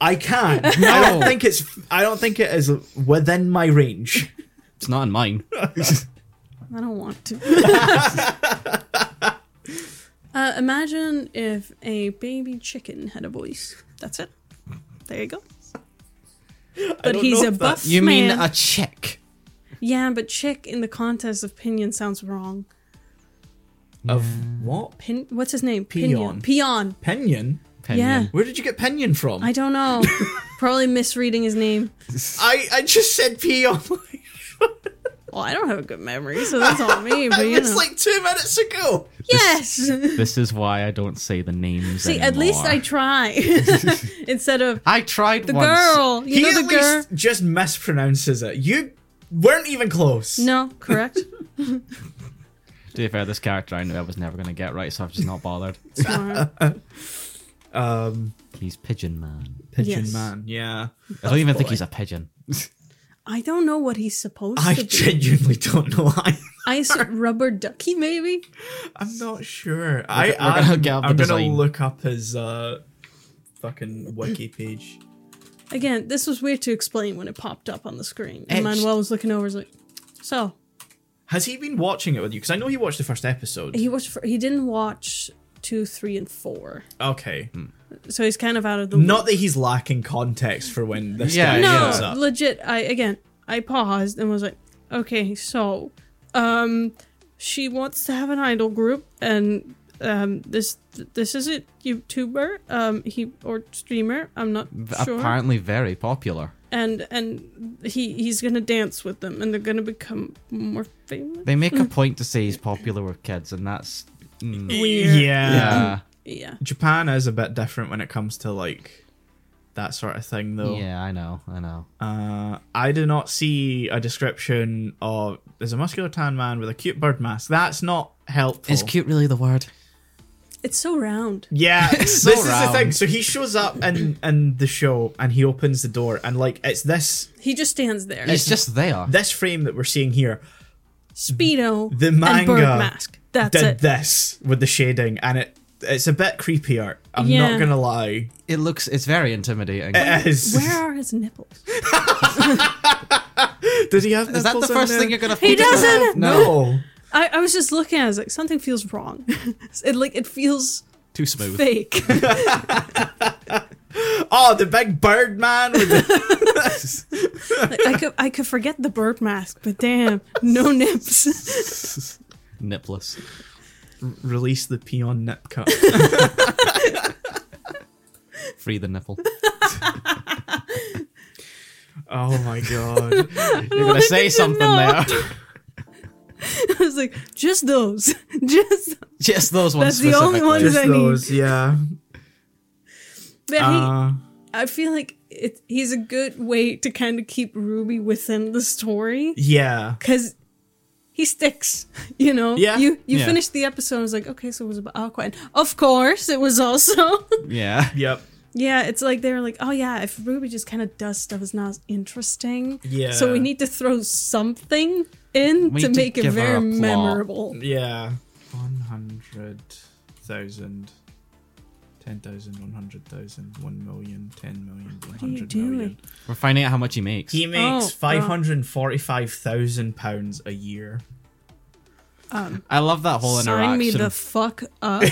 Speaker 1: I can't. I don't think it's. I don't think it is within my range.
Speaker 2: It's not in mine.
Speaker 3: I don't want to. uh, imagine if a baby chicken had a voice. That's it. There you go. But
Speaker 1: don't
Speaker 3: he's
Speaker 1: know if
Speaker 3: a
Speaker 1: that-
Speaker 3: buff
Speaker 2: You mean
Speaker 3: man.
Speaker 2: a chick?
Speaker 3: yeah, but chick in the contest of Pinion sounds wrong.
Speaker 1: Of what
Speaker 3: Pin- what's his name?
Speaker 1: Peon.
Speaker 3: Pinion. Peon.
Speaker 1: pinion?
Speaker 3: Yeah.
Speaker 1: Where did you get pinion from?
Speaker 3: I
Speaker 1: I
Speaker 3: don't know. Probably misreading his name.
Speaker 1: I, just said peon.
Speaker 3: Well, I don't have a good memory, so that's on me. But you know.
Speaker 1: it's like two minutes ago.
Speaker 3: yes.
Speaker 2: This is why I don't say the names.
Speaker 3: See, at least I
Speaker 2: anymore.
Speaker 3: try instead of
Speaker 2: I tried
Speaker 3: the
Speaker 2: once.
Speaker 3: girl. You
Speaker 1: he
Speaker 3: know
Speaker 1: at
Speaker 3: the girl.
Speaker 1: least just mispronounces it. You weren't even close.
Speaker 3: No, correct.
Speaker 2: To be fair, this character I knew I was never going to get right, so I've just not bothered.
Speaker 3: Smart.
Speaker 1: Um,
Speaker 2: He's Pigeon Man.
Speaker 1: pigeon
Speaker 3: Yes.
Speaker 1: man. Yeah.
Speaker 2: I don't even think he's a pigeon.
Speaker 3: I don't know what he's supposed
Speaker 1: I
Speaker 3: to be.
Speaker 1: genuinely don't know why.
Speaker 3: Ice rubber ducky, maybe.
Speaker 1: I'm not sure. I,
Speaker 2: gonna
Speaker 1: I'm,
Speaker 2: get up the
Speaker 1: I'm gonna
Speaker 2: design.
Speaker 1: look up his uh, fucking wiki page.
Speaker 3: Again, this was weird to explain when it popped up on the screen. And
Speaker 2: It's-
Speaker 3: Manuel was looking over, was like, so
Speaker 1: Has he been watching it with you? Because I know he watched the first episode.
Speaker 3: he watched. For, he didn't watch two, three, and four,
Speaker 1: okay.
Speaker 2: Hmm.
Speaker 3: so he's kind of out of the.
Speaker 1: Not that he's lacking context for when this
Speaker 2: Yeah,
Speaker 1: guy
Speaker 2: that
Speaker 3: no,
Speaker 1: shows up.
Speaker 3: legit. I again, I paused and was like, okay, so, um, she wants to have an idol group, and um, this this is it, YouTuber, um, he or streamer. I'm not sure.
Speaker 2: Apparently very popular.
Speaker 3: and and he he's gonna dance with them and they're gonna become more famous
Speaker 2: They make a point to say he's popular with kids, and that's. uh, mm,
Speaker 1: Yeah.
Speaker 3: weird.
Speaker 2: yeah.
Speaker 3: yeah
Speaker 1: Japan is a bit different when it comes to like that sort of thing, though.
Speaker 2: Yeah, I know. I know.
Speaker 1: Uh, I do not see a description of there's a muscular tan man with a cute bird mask. That's not helpful.
Speaker 2: Is cute really the word?
Speaker 3: it's so round
Speaker 1: Yeah,
Speaker 2: so
Speaker 1: this is
Speaker 2: round.
Speaker 1: the thing. So he shows up in in the show and he opens the door and like it's this
Speaker 3: he just stands there
Speaker 2: It's just there.
Speaker 1: this frame that we're seeing here
Speaker 3: speedo
Speaker 1: the
Speaker 3: and bird
Speaker 1: manga
Speaker 3: mask that's
Speaker 1: did
Speaker 3: it
Speaker 1: this with the shading and it it's a bit creepier. I'm
Speaker 3: Yeah.
Speaker 1: not gonna lie.
Speaker 2: It looks. It's very intimidating.
Speaker 1: It is.
Speaker 3: where are his nipples
Speaker 1: Does he have
Speaker 2: Is that the first thing you're gonna? He
Speaker 3: doesn't!
Speaker 1: No.
Speaker 3: I, I was just looking at it, I was like something feels wrong it like it feels
Speaker 2: Too smooth.
Speaker 3: fake
Speaker 1: Oh, the big bird man with the
Speaker 3: like, i could i could forget the bird mask but damn no nips
Speaker 2: Nipless.
Speaker 1: release the peon nip cup.
Speaker 2: Free the nipple.
Speaker 1: Oh my god.
Speaker 2: You're gonna say
Speaker 3: did
Speaker 2: something
Speaker 3: not.
Speaker 2: there.
Speaker 3: i was like just those just
Speaker 2: Just those ones.
Speaker 3: That's the only
Speaker 2: specifically.
Speaker 3: ones
Speaker 1: Just
Speaker 3: I need-
Speaker 1: those, yeah.
Speaker 3: but he-
Speaker 1: Uh,
Speaker 3: I feel like it, he's a good way to kind of keep Ruby within the story
Speaker 1: yeah.
Speaker 3: because he sticks. You know,
Speaker 1: Yeah.
Speaker 3: You you
Speaker 2: Yeah.
Speaker 3: finished the episode. I was like, okay, so it was about Aqua, and of course, it was also.
Speaker 2: Yeah.
Speaker 1: Yep.
Speaker 3: yeah, it's like they were like, oh yeah, if Ruby just kind of does stuff, it's not as interesting.
Speaker 1: Yeah.
Speaker 3: So we need to throw something in
Speaker 2: We
Speaker 3: to
Speaker 2: need to
Speaker 3: make it
Speaker 2: give her
Speaker 3: very
Speaker 2: a plot.
Speaker 3: memorable.
Speaker 1: Yeah. 100,000. 10,000, 100,000, 1 million, 10 million,
Speaker 3: are you
Speaker 1: 100
Speaker 3: doing?
Speaker 1: million.
Speaker 2: We're finding out how much he makes.
Speaker 1: He makes
Speaker 3: Oh, God.
Speaker 1: £545,000 a year.
Speaker 2: I love that whole
Speaker 3: Sign me
Speaker 2: interaction.
Speaker 3: the fuck up.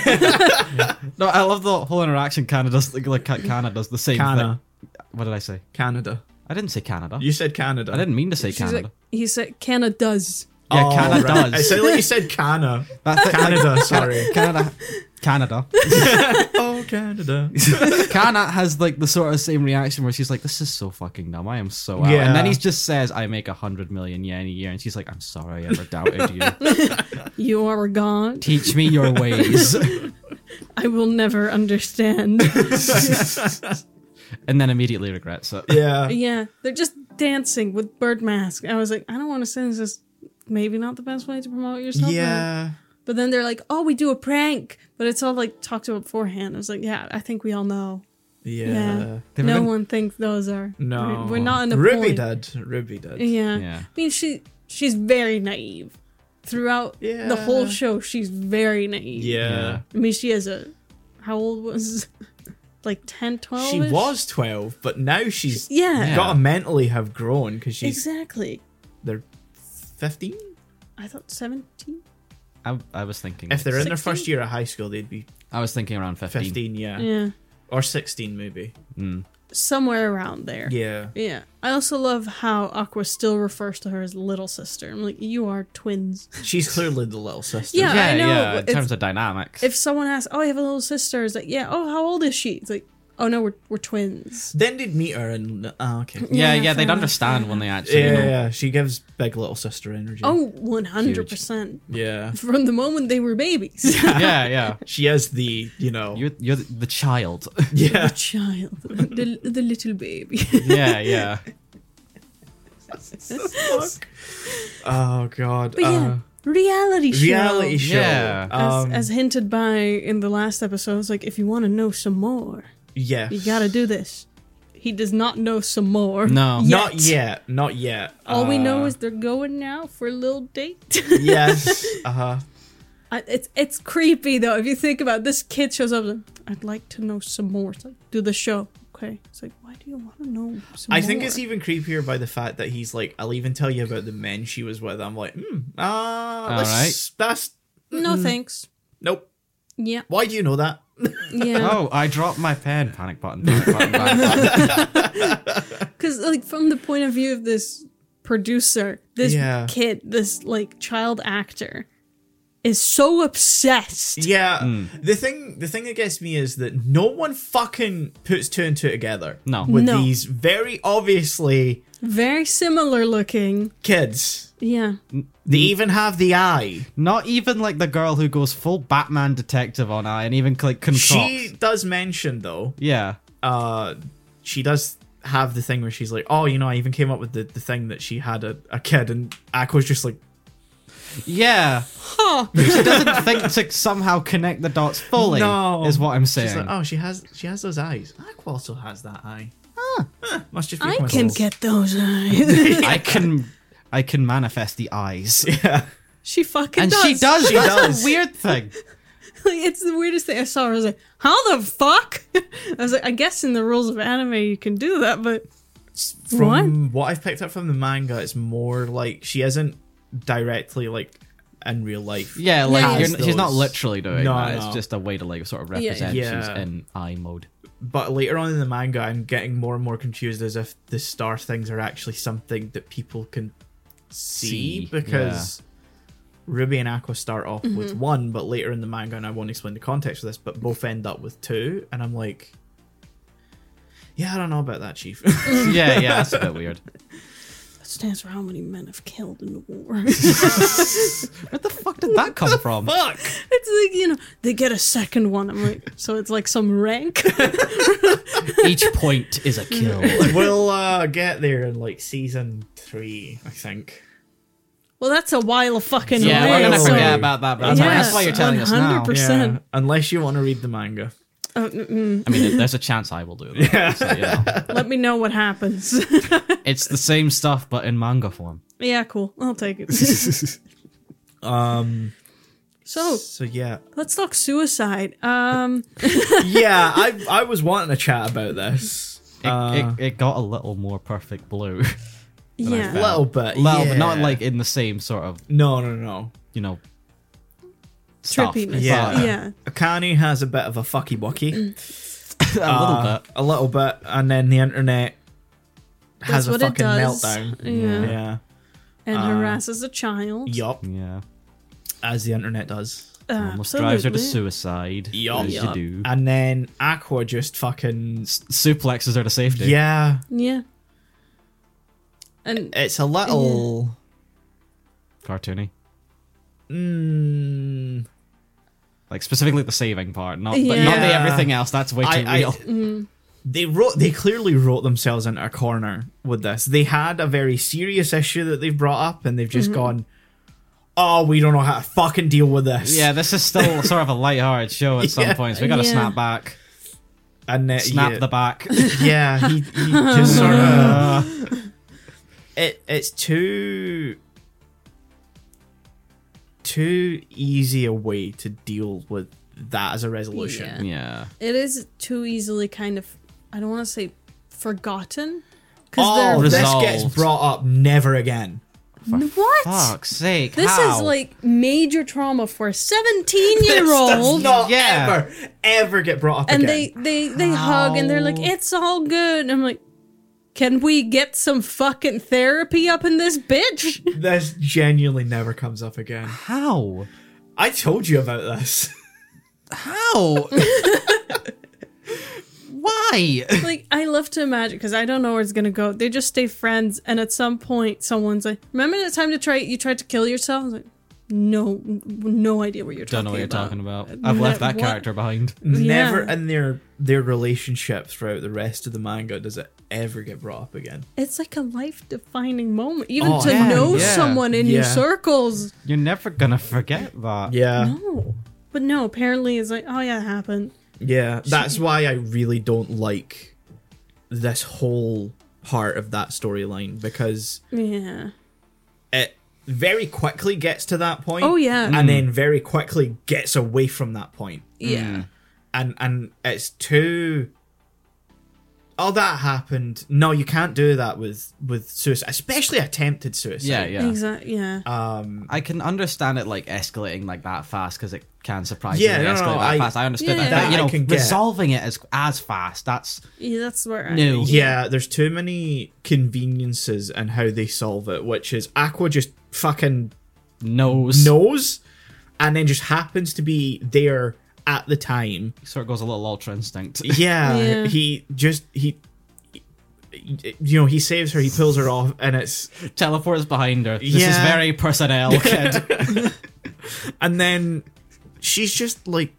Speaker 2: no, I love the whole interaction. Canada does like, like Canada does the same
Speaker 1: Canna.
Speaker 2: thing. What did I say?
Speaker 1: Canada.
Speaker 2: I didn't say Canada.
Speaker 1: You said Canada.
Speaker 2: I didn't mean to say
Speaker 3: She's
Speaker 2: Canada.
Speaker 3: like, he said, Canada does.
Speaker 2: yeah,
Speaker 1: Oh,
Speaker 2: Canada
Speaker 1: right. It
Speaker 2: does.
Speaker 1: sounded like you said Canna.
Speaker 2: That thing-
Speaker 1: Canada, sorry.
Speaker 2: Canada. Canada.
Speaker 1: oh, Canada.
Speaker 2: Kana has like the sort of same reaction where she's like, "This is so fucking dumb. I am so out."
Speaker 1: Yeah.
Speaker 2: And then he just says, "I make a hundred million yen a year," and she's like, "I'm sorry, I ever doubted you.
Speaker 3: You are God.
Speaker 2: Teach me your ways."
Speaker 3: I will never understand.
Speaker 2: and then immediately regrets it.
Speaker 1: Yeah.
Speaker 3: yeah, they're just dancing with bird mask. I was like, I don't want to say this is maybe not the best way to promote yourself. but-
Speaker 1: Yeah.
Speaker 3: But then they're like, oh, we do a prank. But it's all like talked about beforehand. I was like, yeah, I think we all know.
Speaker 1: Yeah.
Speaker 3: Yeah.
Speaker 2: They've
Speaker 3: No
Speaker 2: been-
Speaker 3: one thinks those are.
Speaker 1: No.
Speaker 3: We're not in the
Speaker 1: Ruby
Speaker 3: point.
Speaker 1: did. Ruby did.
Speaker 3: Yeah.
Speaker 2: Yeah.
Speaker 3: I mean, she she's very naive. Throughout the whole
Speaker 1: Yeah.
Speaker 3: show, she's very naive.
Speaker 1: Yeah.
Speaker 3: I mean, she has a. How old was. Like 10, 12?
Speaker 1: She was 12, but now she's
Speaker 3: Yeah.
Speaker 2: Yeah.
Speaker 1: got to mentally have grown because she's
Speaker 3: Exactly.
Speaker 1: they're 15.
Speaker 3: I thought 17?
Speaker 2: I, I was thinking.
Speaker 1: If they're in their
Speaker 3: 16?
Speaker 1: first year of high school, they'd be
Speaker 2: I was thinking around fifteen. Mm.
Speaker 1: 15, yeah.
Speaker 3: Yeah.
Speaker 1: Or 16, maybe.
Speaker 3: Somewhere around there.
Speaker 1: Yeah.
Speaker 3: Yeah. I also love how Aqua still refers to her as little sister. I'm like, you are twins.
Speaker 1: She's clearly the little sister.
Speaker 3: Yeah, I know.
Speaker 2: yeah.
Speaker 3: but
Speaker 2: In
Speaker 3: it's-
Speaker 2: terms of dynamics,
Speaker 3: if someone asks, "Oh, I have a little sister," it's like, "Yeah." Oh, how old is she? It's like, "Oh no, we're we're twins."
Speaker 1: Then they'd meet her and. Oh, okay.
Speaker 2: yeah,
Speaker 3: Yeah,
Speaker 2: yeah,
Speaker 3: fair
Speaker 2: they'd
Speaker 3: enough.
Speaker 2: understand when they actually.
Speaker 1: Yeah,
Speaker 2: you know.
Speaker 1: yeah, she gives big little sister energy.
Speaker 3: Oh, one hundred percent
Speaker 1: yeah.
Speaker 3: from the moment they were babies.
Speaker 2: yeah, yeah.
Speaker 1: She is the, you know,
Speaker 2: You're you're the, the child.
Speaker 1: yeah,
Speaker 3: Child, the, the little baby.
Speaker 2: yeah, yeah.
Speaker 1: Oh god.
Speaker 3: But yeah,
Speaker 1: Uh,
Speaker 3: reality show.
Speaker 1: reality show.
Speaker 2: Yeah.
Speaker 3: As,
Speaker 1: Um,
Speaker 3: as hinted by in the last episode, it's like if you want to know some more,
Speaker 1: yes.
Speaker 3: you gotta do this. He does not know some more.
Speaker 2: No.
Speaker 3: yet.
Speaker 1: Not yet. Not yet.
Speaker 3: All we know
Speaker 1: Uh,
Speaker 3: is they're going now for a little date.
Speaker 1: yes. Uh huh.
Speaker 3: I, it's it's creepy though if you think about it. this kid shows up. Like, I'd like to know some more. It's like do the show, okay? It's like why do you want to know? some
Speaker 1: I think
Speaker 3: more?
Speaker 1: it's even creepier by the fact that he's like, I'll even tell you about the men she was with. I'm like, hmm. Uh, let's,
Speaker 2: right.
Speaker 1: That's
Speaker 3: no
Speaker 1: Mm.
Speaker 3: thanks.
Speaker 1: nope.
Speaker 3: Yeah,
Speaker 1: Why do you know that?
Speaker 3: yeah.
Speaker 2: Oh, I dropped my pen. Panic button. Panic button. Panic button.
Speaker 3: Because like from the point of view of this producer, this
Speaker 1: Yeah.
Speaker 3: kid, this like child actor, is so obsessed.
Speaker 1: Yeah.
Speaker 2: Hmm.
Speaker 1: The thing, the thing that gets me is that no one fucking puts two and two together.
Speaker 2: No.
Speaker 1: With
Speaker 3: No.
Speaker 1: these very obviously
Speaker 3: Very similar looking.
Speaker 1: kids,
Speaker 3: Yeah,
Speaker 1: they
Speaker 2: Mm.
Speaker 1: even have the eye.
Speaker 2: Not even like the girl who goes full Batman detective on I and even like concocts.
Speaker 1: She does mention though
Speaker 2: yeah.
Speaker 1: uh, she does have the thing where she's like, oh, you know, I even came up with the, the thing that she had a, a kid, and Aqua's just like,
Speaker 2: Yeah.
Speaker 3: huh?
Speaker 2: She doesn't think to somehow connect the dots fully.
Speaker 1: No.
Speaker 2: Is what I'm
Speaker 1: she's
Speaker 2: saying.
Speaker 1: like, oh, she has she has those eyes. Aqua also has that eye.
Speaker 2: Ah.
Speaker 1: Huh, must just be
Speaker 3: I
Speaker 1: coincidental.
Speaker 3: can get those eyes.
Speaker 2: I can I can manifest the eyes.
Speaker 3: she fucking
Speaker 2: And
Speaker 3: does.
Speaker 2: she does.
Speaker 1: She
Speaker 2: That's
Speaker 1: does.
Speaker 2: a weird thing.
Speaker 3: Like, it's the weirdest thing I saw. I was like, "How the fuck?" I was like, "I guess in the rules of anime you can do that, but what?"
Speaker 1: From what? I've picked up from the manga, it's more like she isn't directly like in real life.
Speaker 2: Yeah, like
Speaker 3: Yeah.
Speaker 2: You're, she's not
Speaker 1: Those-
Speaker 2: literally doing
Speaker 1: No,
Speaker 2: that.
Speaker 1: no.
Speaker 2: It's just a way to like sort of
Speaker 3: yeah.
Speaker 2: represent she's
Speaker 1: Yeah.
Speaker 2: in eye mode.
Speaker 1: But later on in the manga, I'm getting more and more confused as if the star things are actually something that people can see,
Speaker 2: See,
Speaker 1: because Ruby and Aqua start off with one, but later in the manga, and I won't explain the context of this, but both end up with two, and I'm like, yeah, I don't know about that, Chief.
Speaker 2: yeah, yeah, that's a bit weird.
Speaker 3: That stands for how many men have killed in the war.
Speaker 2: Where the fuck did that come from?
Speaker 1: Fuck!
Speaker 3: it's like you know they get a second one. I'm like, so it's like some rank.
Speaker 2: Each point is a kill.
Speaker 1: we'll uh, get there in like season three, I think.
Speaker 3: well, that's a while of fucking
Speaker 2: yeah,
Speaker 3: away,
Speaker 2: we're gonna
Speaker 1: so-
Speaker 2: forget about that, but that's, why, that's why you're telling us now.
Speaker 3: 100%.
Speaker 1: Yeah, unless you want to read the manga.
Speaker 3: Uh, mm,
Speaker 2: I mean, there's a chance I will do that. so, you know.
Speaker 3: mm, let me know what happens.
Speaker 2: It's the same stuff, but in manga form.
Speaker 3: yeah, cool. I'll take it.
Speaker 1: Um.
Speaker 3: so
Speaker 1: So yeah,
Speaker 3: let's talk suicide. Um,
Speaker 1: yeah. I I was wanting to chat about this. Uh,
Speaker 2: It, it, it got a little more perfect blue.
Speaker 3: yeah.
Speaker 1: little bit,
Speaker 2: Well, but not
Speaker 1: yeah.
Speaker 2: like in the same sort of,
Speaker 1: No, no, no.
Speaker 2: you know, stuff.
Speaker 3: Trippiness.
Speaker 1: Yeah.
Speaker 3: Yeah.
Speaker 1: Akane has a bit of a fucky wucky.
Speaker 2: a little
Speaker 1: Uh,
Speaker 2: bit.
Speaker 1: A little bit. And then the internet has
Speaker 3: That's
Speaker 1: a
Speaker 3: what it
Speaker 1: fucking
Speaker 3: does.
Speaker 1: meltdown.
Speaker 3: Yeah.
Speaker 1: Yeah.
Speaker 3: And
Speaker 2: Um,
Speaker 1: Uh,
Speaker 3: harasses a child. Uh,
Speaker 1: Yup.
Speaker 2: Yeah,
Speaker 1: As the internet does.
Speaker 2: almost drives her to
Speaker 3: Absolutely.
Speaker 2: suicide.
Speaker 1: Yup.
Speaker 2: as you
Speaker 1: Yup.
Speaker 2: do.
Speaker 1: And then Aqua just fucking.
Speaker 2: S- suplexes her to safety.
Speaker 1: Yeah.
Speaker 3: Yeah. And
Speaker 1: It's a little.
Speaker 2: cartoony.
Speaker 1: Mm,
Speaker 2: Like specifically the saving part, not but not the
Speaker 1: Yeah.
Speaker 2: everything else. That's way too
Speaker 1: I- I-
Speaker 2: real.
Speaker 3: Mm-hmm.
Speaker 1: they wrote they clearly wrote themselves into a corner with this. They had a very serious issue that they've brought up and they've
Speaker 3: Mm-hmm.
Speaker 1: just gone, Oh, we don't know how to fucking deal with this.
Speaker 2: yeah, this is still sort of a light-hearted show at some
Speaker 1: Yeah.
Speaker 2: points. We got to
Speaker 3: Yeah.
Speaker 2: snap back,
Speaker 1: And uh,
Speaker 2: snap
Speaker 1: yeah,
Speaker 2: the back. Uh,
Speaker 1: Yeah, he, he just sort of it it's too too easy a way to deal with that as a resolution.
Speaker 3: Yeah.
Speaker 2: yeah,
Speaker 3: it is too easily kind of, I don't want to say forgotten.
Speaker 1: Oh,
Speaker 3: they're.
Speaker 1: this
Speaker 2: Resolved.
Speaker 1: gets brought up never again.
Speaker 3: what?
Speaker 2: fuck's sake!
Speaker 3: This
Speaker 2: how?
Speaker 3: is like major trauma for a 17 year old.
Speaker 1: This does not
Speaker 2: Yeah.
Speaker 1: ever, ever get brought up
Speaker 3: And
Speaker 1: again.
Speaker 3: they, they, they hug and they're like,
Speaker 2: How?
Speaker 3: it's all good. And I'm like, can we get some fucking therapy up in this bitch?
Speaker 1: This genuinely never comes up again.
Speaker 2: how
Speaker 1: I told you about this.
Speaker 2: how why?
Speaker 3: like, I love to imagine because I don't know where it's gonna go. They just stay friends, and at some point, someone's like, "Remember that time to try you tried to kill yourself?" I was like, "No, n- no idea what you're
Speaker 2: Don't
Speaker 3: talking
Speaker 2: know what
Speaker 3: about."
Speaker 2: you're talking about. I've left that
Speaker 3: what-
Speaker 2: character behind.
Speaker 1: Never
Speaker 3: Yeah.
Speaker 1: in their their relationship throughout the rest of the manga does it ever get brought up again.
Speaker 3: It's like a life-defining moment, even
Speaker 1: Oh,
Speaker 3: to
Speaker 1: yeah,
Speaker 3: know
Speaker 2: yeah.
Speaker 3: someone in your
Speaker 1: Yeah.
Speaker 3: circles.
Speaker 2: You're never gonna forget that.
Speaker 1: Yeah.
Speaker 3: No, but no. Apparently, it's like, "Oh yeah, it happened."
Speaker 1: Yeah. That's why I really don't like this whole part of that storyline because
Speaker 2: Hmm.
Speaker 3: Yeah.
Speaker 1: it very quickly gets to that point.
Speaker 3: Oh, yeah.
Speaker 1: And
Speaker 2: Mm.
Speaker 1: then very quickly gets away from that point.
Speaker 3: Yeah.
Speaker 1: and and it's too oh that happened no you can't do that with with suicide especially attempted suicide
Speaker 2: Yeah, yeah.
Speaker 3: Exactly. Yeah.
Speaker 1: Uh,
Speaker 2: I can understand it like escalating like that fast because it can surprisingly
Speaker 1: Yeah, no, no,
Speaker 2: escalate
Speaker 1: no,
Speaker 2: that
Speaker 1: I-
Speaker 2: fast. I understood
Speaker 3: Yeah.
Speaker 2: that,
Speaker 3: That
Speaker 2: but you
Speaker 1: I
Speaker 2: know,
Speaker 1: can get.
Speaker 2: resolving it as as fast that's
Speaker 3: yeah. That's where I.
Speaker 2: new.
Speaker 1: yeah there's too many conveniences and how they solve it which is aqua just fucking
Speaker 2: Knows.
Speaker 1: knows and then just happens to be there at the time
Speaker 2: Sort of goes a little ultra instinct.
Speaker 1: yeah,
Speaker 3: Yeah.
Speaker 1: he just he you know he saves her he pulls her off and it's
Speaker 2: Teleports behind her. This is
Speaker 1: Yeah.
Speaker 2: very personnel, kid.
Speaker 1: and then she's just like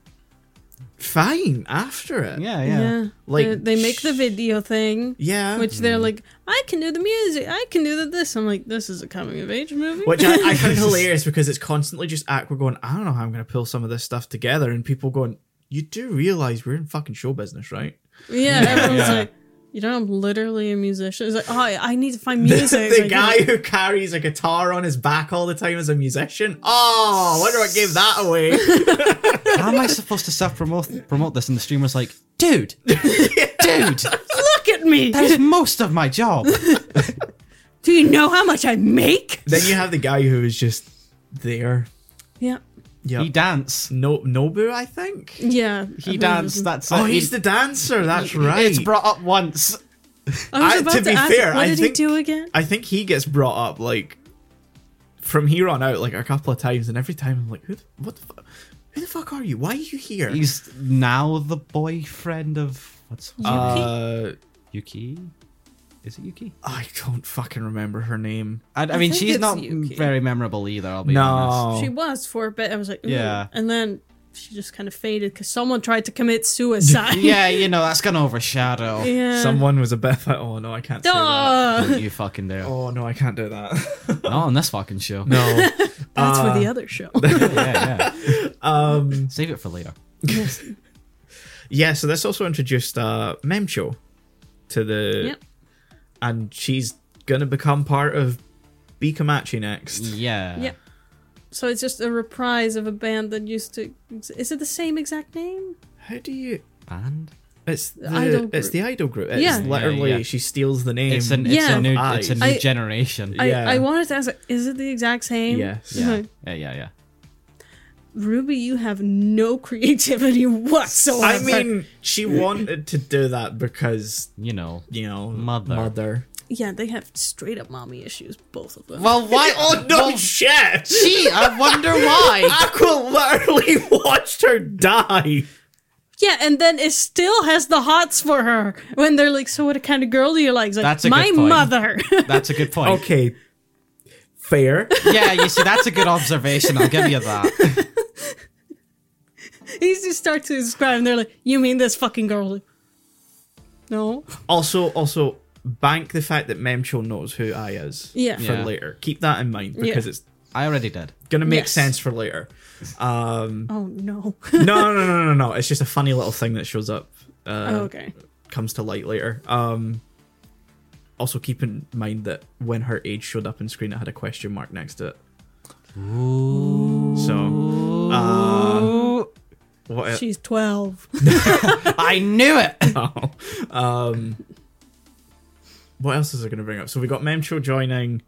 Speaker 1: fine after it
Speaker 2: yeah, yeah.
Speaker 3: Yeah.
Speaker 1: Like,
Speaker 3: They- they make the video thing.
Speaker 1: yeah
Speaker 3: Which they're
Speaker 2: Hmm.
Speaker 3: like, I can do the music, I can do the this. I'm like, this is a coming of age movie.
Speaker 1: Which I, I find hilarious because it's constantly just Aqua going, I don't know how I'm going to pull some of this stuff together. And people going, You do realize we're in fucking show business, right?
Speaker 3: Yeah, everyone's
Speaker 2: Yeah.
Speaker 3: like, you know, I'm literally a musician. It's like, oh, I, I need to find music.
Speaker 1: the
Speaker 3: Like,
Speaker 1: guy who carries a guitar on his back all the time is a musician. Oh, I wonder what gave that away.
Speaker 2: How am I supposed to self promote promote this? And the streamer's like, dude, dude,
Speaker 3: Look at me.
Speaker 2: that is most of my job.
Speaker 3: Do you know how much I make?
Speaker 1: then you have the guy who is just there.
Speaker 3: Yeah,
Speaker 1: Yeah.
Speaker 2: He dance.
Speaker 1: no- Nobu, I think.
Speaker 3: yeah.
Speaker 2: He dance. That's
Speaker 1: Oh,
Speaker 2: it.
Speaker 1: he's
Speaker 2: He-
Speaker 1: the dancer. That's right.
Speaker 2: It's brought up once.
Speaker 3: I was
Speaker 1: I-
Speaker 3: about
Speaker 1: to
Speaker 3: to,
Speaker 1: be
Speaker 3: ask,
Speaker 1: fair,
Speaker 3: what
Speaker 1: I
Speaker 3: did
Speaker 1: think-
Speaker 3: he do again?
Speaker 1: I think he gets brought up like from here on out, like a couple of times. And every time I'm like, Who the, what the fuck? Who the fuck are you? Why are you here?
Speaker 2: He's now the boyfriend of what's
Speaker 1: Uh,
Speaker 2: Yuki? Is it Yuki?
Speaker 1: I don't fucking remember her name.
Speaker 2: I, I
Speaker 3: I
Speaker 2: mean,
Speaker 3: think
Speaker 2: she's
Speaker 3: it's
Speaker 2: not
Speaker 3: Yuki.
Speaker 2: very memorable either. I'll be honest.
Speaker 1: No.
Speaker 3: She was for a bit. I was like, Ooh.
Speaker 2: Yeah.
Speaker 3: And then she just kind of faded because someone tried to commit suicide.
Speaker 2: Yeah, you know that's gonna overshadow.
Speaker 3: yeah.
Speaker 1: Someone was a bit like, oh no, I can't do that.
Speaker 3: Duh.
Speaker 2: Don't you fucking dare!
Speaker 1: Oh no, I can't do that.
Speaker 2: Not on this fucking show.
Speaker 1: no.
Speaker 3: That's for
Speaker 1: Uh,
Speaker 3: the other show.
Speaker 2: yeah, yeah. Um, Save it for later.
Speaker 1: Yeah, so this also introduced uh Memcho to the
Speaker 3: Yep.
Speaker 1: and she's gonna become part of Bikamachi next.
Speaker 2: Yeah.
Speaker 3: Yep. So it's just a reprise of a band that used to. Is it the same exact name?
Speaker 1: How do you
Speaker 2: Band.
Speaker 1: it's the
Speaker 3: idol
Speaker 1: it's
Speaker 3: group.
Speaker 1: the idol group. It's
Speaker 3: Yeah.
Speaker 1: literally
Speaker 2: Yeah, yeah.
Speaker 1: she steals the name.
Speaker 2: It's an it's
Speaker 3: Yeah.
Speaker 2: a new
Speaker 1: Eyes.
Speaker 2: it's a new
Speaker 3: I-
Speaker 2: generation.
Speaker 1: Yeah.
Speaker 3: I, I wanted to ask, like, is it the exact same?
Speaker 1: Yes.
Speaker 3: It's
Speaker 2: yeah.
Speaker 3: like,
Speaker 2: yeah, yeah, yeah.
Speaker 3: Ruby, you have no creativity whatsoever.
Speaker 1: I mean, she wanted to do that because
Speaker 2: You know.
Speaker 1: you know,
Speaker 2: Mother.
Speaker 1: mother.
Speaker 3: yeah, they have straight up mommy issues, both of them.
Speaker 2: Well, why?
Speaker 1: Oh no, Ah,
Speaker 2: well,
Speaker 1: shit!
Speaker 2: gee, I wonder why.
Speaker 1: Aqua literally watched her die.
Speaker 3: yeah, and then it still has the hots for her when they're like, "So what kind of girl do you like?" It's like,
Speaker 2: That's a
Speaker 3: my
Speaker 2: good point.
Speaker 3: mother.
Speaker 2: That's a good point.
Speaker 1: Okay, fair.
Speaker 2: Yeah, you see, that's a good observation. I'll give you that.
Speaker 3: he just starts to describe, and they're like, "You mean this fucking girl?" Like, no.
Speaker 1: also, also bank the fact that Memcho knows who I is.
Speaker 3: Yeah.
Speaker 1: For
Speaker 2: Yeah.
Speaker 1: later, keep that in mind because
Speaker 3: Yeah.
Speaker 1: it's
Speaker 2: I already did.
Speaker 1: gonna make
Speaker 3: Yes.
Speaker 1: sense for later. Um,
Speaker 3: Oh no.
Speaker 1: no, no, no, no, no, no. It's just a funny little thing that shows up. Uh,
Speaker 3: okay.
Speaker 1: comes to light later. Um, also, keep in mind that when her age showed up in screen, it had a question mark next to it. So, uh, what?
Speaker 3: She's twelve.
Speaker 2: I knew it.
Speaker 1: now. oh, Um, what else is I going to bring up? So we got Memcho joining.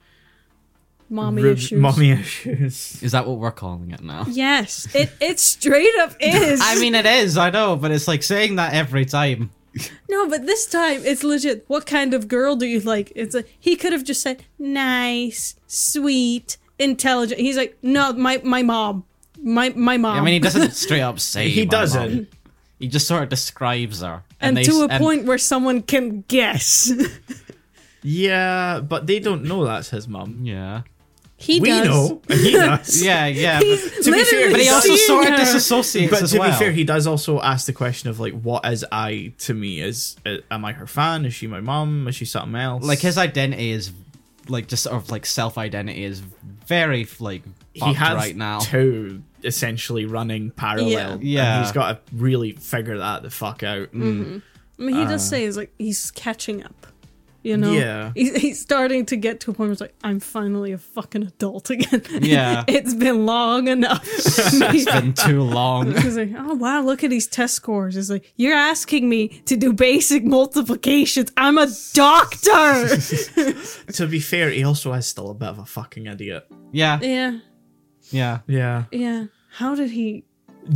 Speaker 3: mommy
Speaker 1: Rub-
Speaker 3: issues.
Speaker 1: Mommy issues.
Speaker 2: Is that what we're calling it now?
Speaker 3: Yes, it it straight up is.
Speaker 2: I mean, it is. I know, but it's like saying that every time.
Speaker 3: no, but this time it's legit. What kind of girl do you like? It's like he could have just said nice, sweet, intelligent. He's like, no, my my mom, my my mom.
Speaker 2: I mean, he doesn't straight up say.
Speaker 1: He
Speaker 2: my
Speaker 1: doesn't.
Speaker 2: mom. He just sort of describes her,
Speaker 3: and
Speaker 2: they-
Speaker 3: to a
Speaker 2: and-
Speaker 3: point where someone can guess.
Speaker 1: Yeah, but they don't know that's his mum.
Speaker 2: Yeah.
Speaker 3: he
Speaker 1: We
Speaker 3: does.
Speaker 1: know. and He does.
Speaker 2: Yeah, yeah.
Speaker 3: He's
Speaker 2: but-
Speaker 1: fair,
Speaker 3: literally
Speaker 1: but
Speaker 2: But he also
Speaker 3: seeing
Speaker 2: sort of
Speaker 3: her.
Speaker 2: disassociates
Speaker 1: But
Speaker 2: as
Speaker 1: to
Speaker 2: well.
Speaker 1: be fair, he does also ask the question of like, what is I to me? Is, uh am I her fan? Is she my mum? Is she something else?
Speaker 2: like his identity is like just sort of like self identity is very like
Speaker 1: he
Speaker 2: fucked
Speaker 1: has
Speaker 2: right now.
Speaker 1: two essentially running parallel.
Speaker 3: Yeah.
Speaker 1: and
Speaker 2: Yeah. Mm.
Speaker 1: he's got to really figure that the fuck out.
Speaker 3: Mm. I mean, he
Speaker 2: Uh.
Speaker 3: does say he's like he's catching up. You know,
Speaker 1: Yeah.
Speaker 3: he's, he's starting to get to a point where it's like, I'm finally a fucking adult again.
Speaker 2: Yeah.
Speaker 3: it's been long enough.
Speaker 2: Been too long.
Speaker 3: He's like, oh wow, look at these test scores. It's like, you're asking me to do basic multiplications. I'm a doctor.
Speaker 1: To be fair, he also is still a bit of a fucking idiot.
Speaker 2: Yeah,
Speaker 3: yeah,
Speaker 2: yeah.
Speaker 1: Yeah.
Speaker 3: yeah. How did he?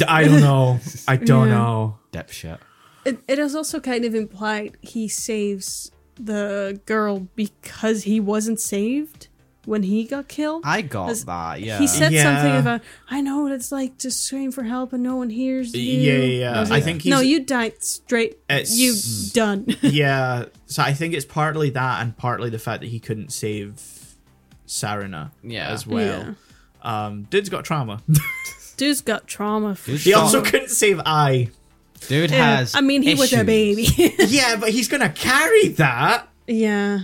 Speaker 1: I don't know. I don't
Speaker 3: Yeah.
Speaker 1: know.
Speaker 2: Dipshit.
Speaker 3: It, it is also kind of implied he saves the girl because he wasn't saved when he got killed.
Speaker 2: I got
Speaker 3: As-
Speaker 2: that. Yeah.
Speaker 3: He said something
Speaker 1: Ah, Yeah.
Speaker 3: about, I know what it's like to scream for help and no one hears you.
Speaker 1: Yeah, yeah, yeah.
Speaker 3: was
Speaker 1: I
Speaker 3: like,
Speaker 1: think
Speaker 3: no,
Speaker 1: he's-
Speaker 3: you died straight.
Speaker 1: It's-
Speaker 3: You done.
Speaker 1: Yeah. So I think it's partly that and partly the fact that he couldn't save Sarina
Speaker 2: Yeah.
Speaker 1: as well. Um, dude's got trauma.
Speaker 3: Dude's got trauma. For
Speaker 2: Dude's
Speaker 1: he
Speaker 2: got-
Speaker 1: also couldn't save I.
Speaker 2: Dude
Speaker 3: Yeah,
Speaker 2: has.
Speaker 3: I mean, he was a
Speaker 2: issues.
Speaker 3: baby.
Speaker 1: yeah, but he's gonna carry that.
Speaker 3: yeah.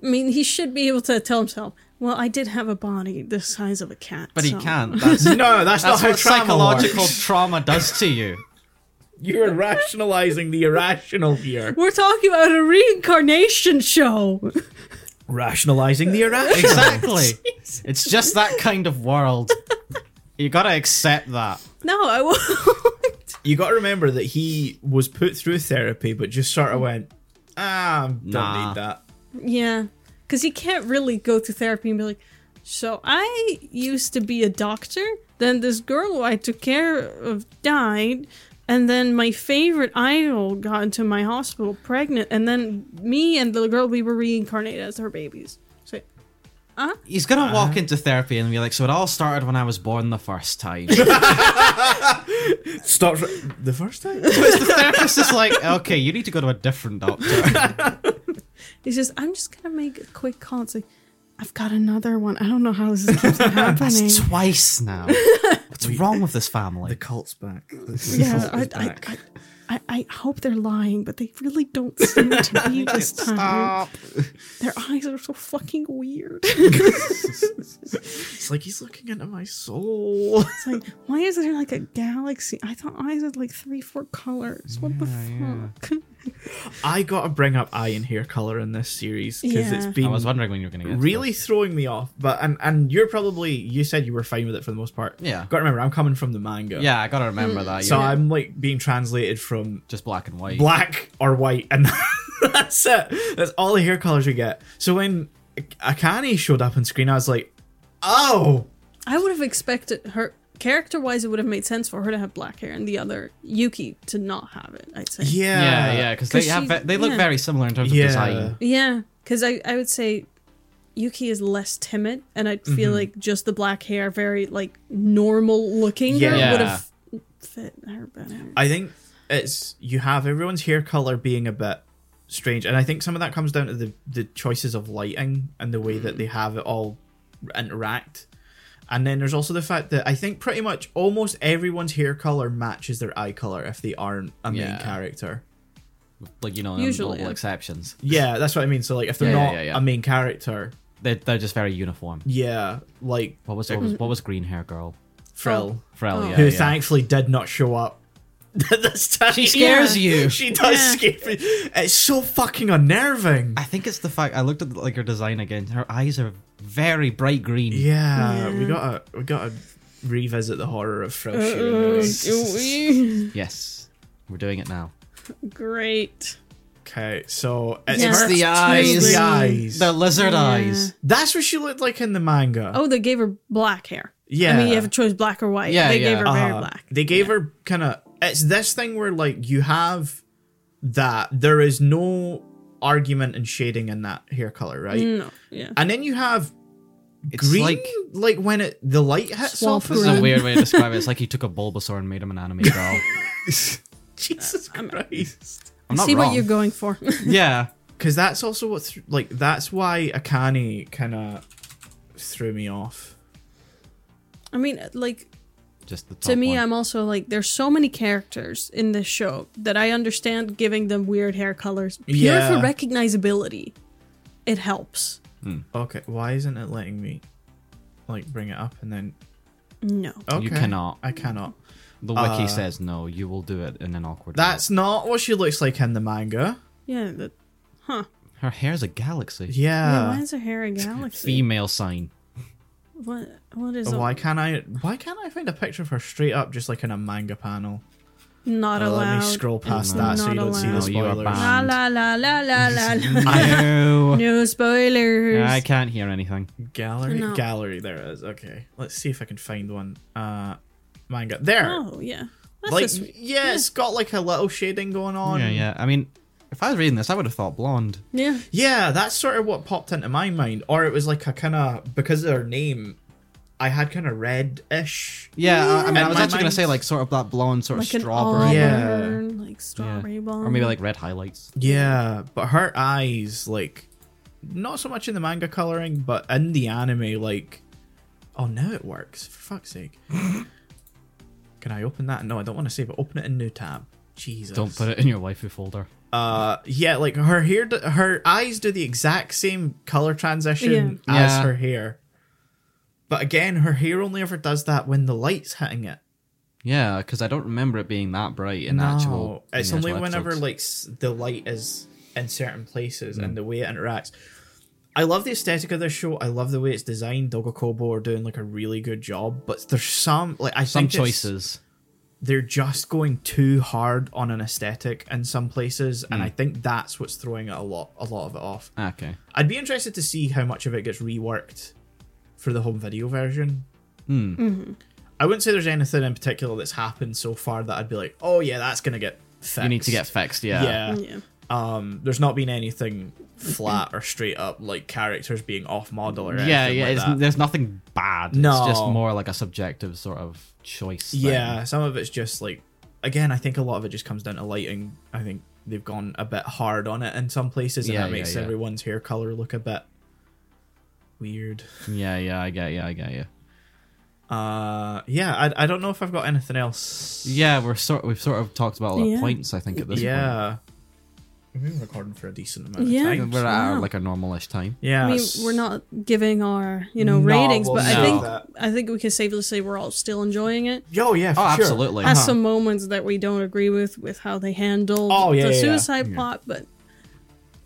Speaker 3: I mean, he should be able to tell himself, well, I did have a body the size of a cat.
Speaker 2: But he
Speaker 3: so-
Speaker 2: can't. That's, that's
Speaker 1: No, that's, not how
Speaker 2: what
Speaker 1: trauma
Speaker 2: psychological
Speaker 1: works.
Speaker 2: trauma does to you.
Speaker 1: You're rationalizing the irrational here.
Speaker 3: We're talking about a reincarnation show.
Speaker 1: Rationalizing the irrational.
Speaker 2: Exactly. it's just that kind of world. You gotta accept that.
Speaker 3: No, I won't.
Speaker 1: You got to remember that he was put through therapy, but just sort of went, ah, don't
Speaker 2: Nah.
Speaker 1: need that.
Speaker 3: yeah. Because he can't really go to therapy and be like, so I used to be a doctor, then this girl who I took care of died, and then my favorite idol got into my hospital pregnant, and then me and the girl we were reincarnated as her babies. So
Speaker 2: He's gonna walk into therapy and be like, "So it all started when I was born the first time."
Speaker 1: Stop the first time.
Speaker 2: the therapist is like, okay, you need to go to a different doctor.
Speaker 3: He says, I'm just gonna make a quick call. It's like, I've got another one. I don't know how this keeps happening.
Speaker 2: Twice now. What's wrong with this family?
Speaker 1: The cult's back.
Speaker 3: yeah, I, I, I, I, I hope they're lying, but they really don't seem to be this time. Their eyes are so fucking weird.
Speaker 1: It's like he's looking into my soul.
Speaker 3: It's like, why is there like a galaxy? I thought eyes had like three, four colors. What the fuck?
Speaker 1: I gotta bring up eye and hair color in this series because it's
Speaker 3: Yeah.
Speaker 1: been
Speaker 2: I was wondering when you were going to get to
Speaker 1: really throwing me off. But and and you're probably you said you were fine with it for the most part.
Speaker 2: Yeah.
Speaker 1: Gotta remember, I'm coming from the manga.
Speaker 2: that. Yeah, I gotta remember that.
Speaker 1: So
Speaker 2: yeah.
Speaker 1: I'm like being translated from
Speaker 2: just black and white.
Speaker 1: black or white, and that's it. That's all the hair colors we get. So when Akane showed up on screen, I was like, oh,
Speaker 3: I would have expected her character wise, it would have made sense for her to have black hair and the other Yuki to not have it. I'd say.
Speaker 1: Yeah,
Speaker 2: Yeah, yeah, because
Speaker 3: 'Cause
Speaker 2: they have
Speaker 3: she's-
Speaker 2: ve- they look
Speaker 3: yeah.
Speaker 2: very similar in terms of
Speaker 1: Yeah.
Speaker 2: design.
Speaker 3: Yeah, because I, I would say Yuki is less timid, and I
Speaker 1: Mm-hmm.
Speaker 3: feel like just the black hair, very like normal looking,
Speaker 1: Yeah.
Speaker 3: would have fit her better.
Speaker 1: I think it's you have everyone's hair color being a bit strange, and I think some of that comes down to the the choices of lighting and the way
Speaker 2: Mm.
Speaker 1: that they have it all interact. And then there's also the fact that I think pretty much almost everyone's hair color matches their eye color if they aren't a main
Speaker 2: Yeah.
Speaker 1: character.
Speaker 2: Like you know,
Speaker 3: Usually,
Speaker 2: Usually,
Speaker 3: yeah.
Speaker 2: exceptions.
Speaker 1: Yeah, that's what I mean. So like if they're
Speaker 2: Yeah, yeah,
Speaker 1: not
Speaker 2: yeah, yeah.
Speaker 1: a main character,
Speaker 2: They're, they're just very uniform.
Speaker 1: yeah, like
Speaker 2: What was what was, what was green hair girl?
Speaker 1: Frill,
Speaker 2: Frel,
Speaker 3: Oh.
Speaker 2: yeah.
Speaker 1: who
Speaker 2: yeah.
Speaker 1: thankfully did not show up this time.
Speaker 2: she scares you.
Speaker 1: She does
Speaker 3: Yeah.
Speaker 1: scare me. It's so fucking unnerving.
Speaker 2: I think it's the fact I looked at like her design again. Her eyes are very bright green.
Speaker 1: Yeah, we
Speaker 3: Yeah.
Speaker 1: gotta we gotta revisit the horror of Frill Shoe.
Speaker 3: Uh, do we?
Speaker 2: Yes, we're doing it now.
Speaker 3: Great.
Speaker 1: Okay, so it's,
Speaker 3: Yeah.
Speaker 1: her-
Speaker 3: the
Speaker 1: it's
Speaker 3: eyes.
Speaker 1: the eyes.
Speaker 2: The lizard
Speaker 3: Yeah.
Speaker 2: eyes.
Speaker 1: That's what she looked like in the manga.
Speaker 3: Oh, they gave her black hair.
Speaker 1: yeah.
Speaker 3: I mean, you have a choice, black or white.
Speaker 2: Yeah,
Speaker 3: they
Speaker 2: yeah.
Speaker 3: gave her very
Speaker 1: Uh-huh.
Speaker 3: black.
Speaker 1: They gave her kind of. It's this thing where like you have that there is no argument and shading in that hair color, right?
Speaker 3: No, yeah.
Speaker 1: And then you have
Speaker 2: It's
Speaker 1: green, like,
Speaker 2: like
Speaker 1: when it the light hits
Speaker 3: Swamp
Speaker 1: off.
Speaker 2: this is
Speaker 1: of
Speaker 2: a
Speaker 1: it.
Speaker 2: weird way to describe it. It's like he took a Bulbasaur and made him an anime girl.
Speaker 1: Jesus
Speaker 3: I'm-
Speaker 1: Christ.
Speaker 2: I'm not
Speaker 3: See
Speaker 2: wrong.
Speaker 3: what you're going for.
Speaker 2: Yeah,
Speaker 1: because that's also what th- like that's why Akane kind of threw me off.
Speaker 3: I mean, like
Speaker 2: just the top
Speaker 3: to me,
Speaker 2: one.
Speaker 3: I'm also like, there's so many characters in this show that I understand giving them weird hair colors pure
Speaker 1: Yeah.
Speaker 3: for recognizability. It helps.
Speaker 1: Okay, why isn't it letting me like bring it up and then?
Speaker 3: No.
Speaker 1: Okay,
Speaker 2: cannot.
Speaker 1: I cannot.
Speaker 2: The wiki
Speaker 1: Uh,
Speaker 2: says no. You will do it in an awkward. way."
Speaker 1: That's not what she looks like in the manga.
Speaker 3: Yeah. That, huh.
Speaker 2: her hair's a galaxy.
Speaker 1: Yeah.
Speaker 3: Wait, why is her hair a galaxy?
Speaker 2: Female sign.
Speaker 3: What? What is?
Speaker 1: But
Speaker 3: a-
Speaker 1: Oh, why can't I? Why can't I find a picture of her straight up, just like in a manga panel?
Speaker 3: Not
Speaker 1: Uh,
Speaker 3: allowed.
Speaker 1: let me scroll past
Speaker 2: No.
Speaker 1: that so
Speaker 3: Not
Speaker 1: you don't see the
Speaker 3: allowed.
Speaker 2: No, you are
Speaker 1: spoilers.
Speaker 2: banned.
Speaker 3: La la la la la la. la.
Speaker 2: No.
Speaker 3: no spoilers.
Speaker 2: I can't hear anything.
Speaker 1: gallery,
Speaker 3: No.
Speaker 1: gallery. There it is. Okay, let's see if I can find one. Uh, manga. There.
Speaker 3: Oh yeah. That's
Speaker 1: like,
Speaker 3: a sweet-
Speaker 1: yeah, it's got like a little shading going on.
Speaker 2: Yeah, yeah. I mean, if I was reading this, I would have thought blonde.
Speaker 3: yeah.
Speaker 1: Yeah, that's sort of what popped into my mind. Or it was like a kind of because of her name, I had kind of red ish.
Speaker 2: Yeah, uh, I, I mean,
Speaker 1: In
Speaker 2: I was
Speaker 1: my
Speaker 2: actually gonna
Speaker 1: mind-
Speaker 2: say like sort of that blonde, sort
Speaker 3: Like
Speaker 2: of
Speaker 3: an
Speaker 2: strawberry,
Speaker 1: Yeah.
Speaker 3: auburn, like strawberry blonde,
Speaker 2: or maybe like red highlights.
Speaker 1: Yeah, but her eyes, like, not so much in the manga coloring, but in the anime, like, oh, now it works. For fuck's sake. Can I open that? No, I don't want to save it. Open it in new tab. Jesus.
Speaker 2: Don't put it in your waifu folder.
Speaker 1: Uh, yeah, like her hair, d- her eyes do the exact same color transition
Speaker 2: Yeah.
Speaker 1: as
Speaker 2: Yeah.
Speaker 1: her hair. But again, her hair only ever does that when the light's hitting it.
Speaker 2: Yeah, because I don't remember it being that bright in actual. in
Speaker 1: it's
Speaker 2: the
Speaker 1: only
Speaker 2: actual
Speaker 1: whenever
Speaker 2: episodes.
Speaker 1: like s- the light is in certain places
Speaker 2: Mm.
Speaker 1: and the way it interacts. I love the aesthetic of this show. I love the way it's designed. Dogokobo are doing like a really good job, but there's some like I
Speaker 2: some
Speaker 1: think it's-
Speaker 2: choices.
Speaker 1: they're just going too hard on an aesthetic in some places,
Speaker 2: Mm.
Speaker 1: and I think that's what's throwing it a lot a lot of it off.
Speaker 2: Ah, Okay.
Speaker 1: I'd be interested to see how much of it gets reworked for the home video version.
Speaker 2: Hmm.
Speaker 1: I wouldn't say there's anything in particular that's happened so far that I'd be like, oh yeah, that's gonna get fixed.
Speaker 2: You need to get fixed. Yeah.
Speaker 1: yeah.
Speaker 3: yeah.
Speaker 1: Um, there's not been anything flat or straight up like characters being off model or anything
Speaker 2: Yeah, yeah.
Speaker 1: like
Speaker 2: it's,
Speaker 1: that.
Speaker 2: there's nothing bad.
Speaker 1: No.
Speaker 2: It's just more like a subjective sort of choice. thing.
Speaker 1: yeah. Some of it's just like, again, I think a lot of it just comes down to lighting. I think they've gone a bit hard on it in some places, and
Speaker 2: Yeah,
Speaker 1: that
Speaker 2: yeah,
Speaker 1: makes
Speaker 2: yeah.
Speaker 1: everyone's hair color look a bit weird.
Speaker 2: Yeah, yeah. I get you. I get you.
Speaker 1: Uh, yeah. I, I don't know if I've got anything else.
Speaker 2: Yeah, we're sort. We've sort of talked about all the
Speaker 3: Yeah.
Speaker 2: points. I think at this
Speaker 1: yeah. We've been recording for a decent amount
Speaker 3: Yeah.
Speaker 1: of
Speaker 2: point.
Speaker 1: time.
Speaker 2: We're at our,
Speaker 3: Wow.
Speaker 2: like a normalish time.
Speaker 1: yeah.
Speaker 3: I mean,
Speaker 1: s-
Speaker 3: we're not giving our you know
Speaker 1: No,
Speaker 3: ratings,
Speaker 1: we'll
Speaker 3: but I
Speaker 2: save
Speaker 3: think
Speaker 1: that.
Speaker 3: I think we can safely say we're all still enjoying it.
Speaker 1: Oh yeah. For
Speaker 2: Oh,
Speaker 1: sure.
Speaker 2: absolutely.
Speaker 3: Has some moments that we don't agree with with how they handled
Speaker 1: Oh, yeah,
Speaker 3: the
Speaker 1: yeah, yeah.
Speaker 3: suicide plot, but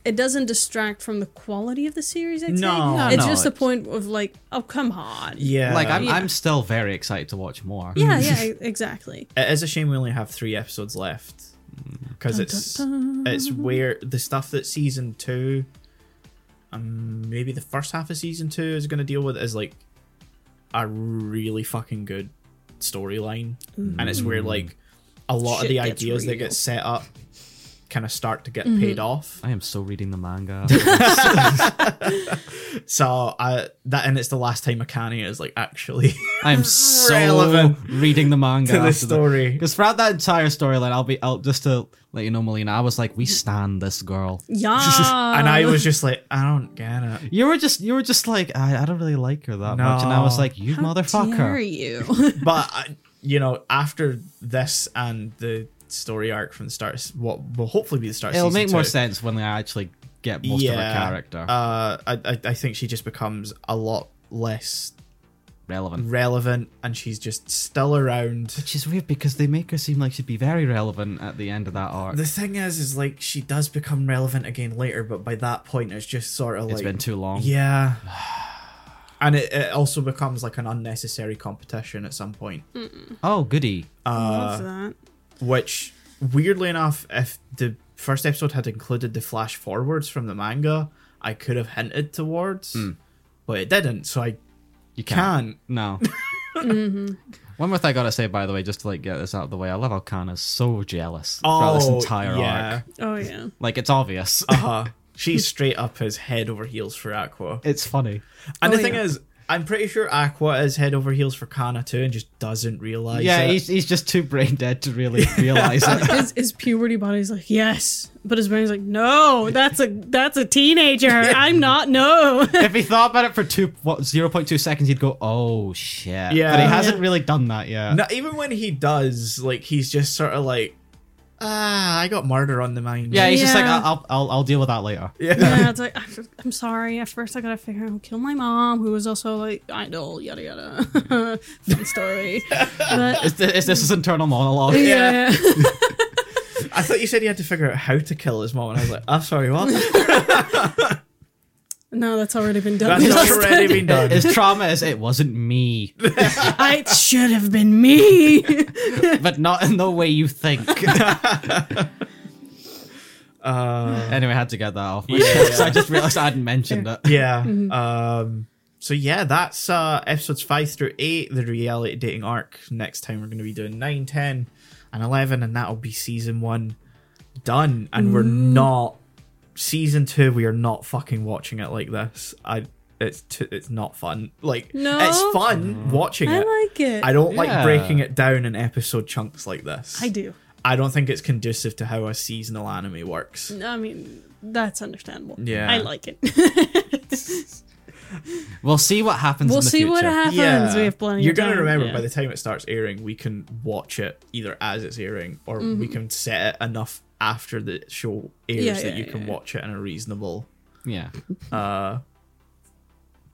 Speaker 3: it doesn't distract from the quality of the series. I'd
Speaker 1: No. No,
Speaker 3: say it's
Speaker 2: no,
Speaker 3: just the
Speaker 2: it's-
Speaker 3: point of like, oh come on,
Speaker 1: Yeah.
Speaker 2: Like I'm,
Speaker 3: Yeah.
Speaker 2: I'm still very excited to watch more.
Speaker 3: yeah, yeah, e-, exactly.
Speaker 1: It is a shame we only have three episodes left
Speaker 3: Mm.
Speaker 1: because it's
Speaker 3: dun,
Speaker 1: it's where the stuff that season two, um, maybe the first half of season two is going to deal with is like a really fucking good storyline,
Speaker 3: Mm.
Speaker 1: and it's where like a lot of
Speaker 3: Shit
Speaker 1: the
Speaker 3: gets
Speaker 1: ideas that
Speaker 3: real.
Speaker 1: get set up kind of start to get
Speaker 3: Mm-hmm.
Speaker 1: paid off.
Speaker 2: I am still reading the manga.
Speaker 1: So I that and it's the last time Akane is like actually
Speaker 2: I am so
Speaker 1: Relevant
Speaker 2: reading the manga
Speaker 1: to the story.
Speaker 2: Because throughout that entire storyline, I'll be out just to let you know, Melina. I was like, we stand this girl.
Speaker 3: Yeah.
Speaker 1: and I was just like, I don't get it.
Speaker 2: You were just, you were just like, I, I don't really like her that
Speaker 1: No.
Speaker 2: much, and I was like, you
Speaker 3: Dare
Speaker 2: motherfucker.
Speaker 3: you?
Speaker 1: But I- you know, after this and the story arc from the start, is what will hopefully be the start. of
Speaker 2: It'll
Speaker 1: season
Speaker 2: make more
Speaker 1: two.
Speaker 2: sense when they actually get most of her character
Speaker 1: Uh, I, I I think she just becomes a lot less
Speaker 2: relevant.
Speaker 1: relevant, and she's just still around.
Speaker 2: Which is weird because they make her seem like she'd be very relevant at the end of that arc.
Speaker 1: The thing is, is like she does become relevant again later, but by that point, it's just sort of like
Speaker 2: it's been too long.
Speaker 1: Yeah. And it, it also becomes like an unnecessary competition at some point.
Speaker 2: Oh, goody.
Speaker 1: Uh,
Speaker 3: Love that.
Speaker 1: Which, weirdly enough, if the first episode had included the flash forwards from the manga, I could have hinted towards,
Speaker 2: Hmm.
Speaker 1: but it didn't. So I
Speaker 2: You
Speaker 1: can't.
Speaker 2: can't. No.
Speaker 3: Mm-hmm.
Speaker 2: One more thing I gotta say, by the way, just to like get this out of the way, I love how Kana's so jealous throughout this
Speaker 1: Oh,
Speaker 2: entire
Speaker 1: yeah.
Speaker 2: arc.
Speaker 3: Oh yeah.
Speaker 2: Like it's obvious.
Speaker 1: Uh, she's straight up as head over heels for Aqua.
Speaker 2: it's funny.
Speaker 1: And
Speaker 3: Oh,
Speaker 1: the thing
Speaker 3: yeah.
Speaker 1: is, I'm pretty sure Aqua is head over heels for Kana too and just doesn't realize
Speaker 2: yeah,
Speaker 1: it.
Speaker 2: he's, he's just too brain dead to really realize it.
Speaker 3: His, his puberty body's like yes, but his brain's like no. That's a that's a teenager. I'm not. No.
Speaker 2: if he thought about it for two what zero point two seconds, he'd go, "Oh shit!"
Speaker 1: Yeah.
Speaker 2: but he hasn't
Speaker 3: Yeah.
Speaker 2: really done that yet.
Speaker 1: No, even when he does, like he's just sort of like, ah, I got murder on the mind.
Speaker 2: Yeah, he's just like,
Speaker 3: Yeah.
Speaker 2: I'll, "I'll I'll I'll deal with that later."
Speaker 3: yeah, it's like "I- I'm sorry. At first, I gotta figure out who killed my mom, who was also like idol, yada yada. Fun story. But
Speaker 2: Is this, is this his internal monologue?
Speaker 3: yeah,
Speaker 1: I thought you said he had to figure out how to kill his mom, and I was like, I'm sorry, what?
Speaker 3: no, that's already been done.
Speaker 1: That's already been done.
Speaker 2: His trauma is it wasn't me,
Speaker 3: I it should have been me.
Speaker 2: but not in the way you think.
Speaker 1: Uh,
Speaker 2: anyway, I had to get that off. my
Speaker 1: Yeah.
Speaker 2: chest. I just realized I hadn't mentioned it.
Speaker 1: yeah.
Speaker 3: Mm-hmm.
Speaker 1: Um. So yeah, that's uh episodes five through eight, the reality dating arc. Next time we're going to be doing nine, ten, and eleven, and that'll be season one done. And we're
Speaker 3: Mm-hmm.
Speaker 1: not season two. We are not fucking watching it like this. I. It's t- it's not fun. Like
Speaker 3: No.
Speaker 1: it's fun watching
Speaker 3: I
Speaker 1: it.
Speaker 3: like it.
Speaker 1: I don't like
Speaker 2: Yeah.
Speaker 1: breaking it down in episode chunks like this.
Speaker 3: I do.
Speaker 1: I don't think it's conducive to how a seasonal anime works.
Speaker 3: I mean, that's understandable.
Speaker 1: Yeah.
Speaker 3: I like it.
Speaker 2: We'll see what happens.
Speaker 3: we'll
Speaker 2: in the
Speaker 3: see
Speaker 2: future.
Speaker 3: what happens. We have plenty.
Speaker 1: You're
Speaker 3: of
Speaker 1: gonna
Speaker 3: time.
Speaker 1: remember
Speaker 3: Yeah.
Speaker 1: by the time it starts airing, we can watch it either as it's airing or we can set it enough after the show airs
Speaker 3: Mm-hmm. Yeah,
Speaker 1: that
Speaker 3: yeah,
Speaker 1: you
Speaker 3: yeah,
Speaker 1: can
Speaker 3: yeah.
Speaker 1: watch it in a reasonable
Speaker 2: Yeah,
Speaker 1: uh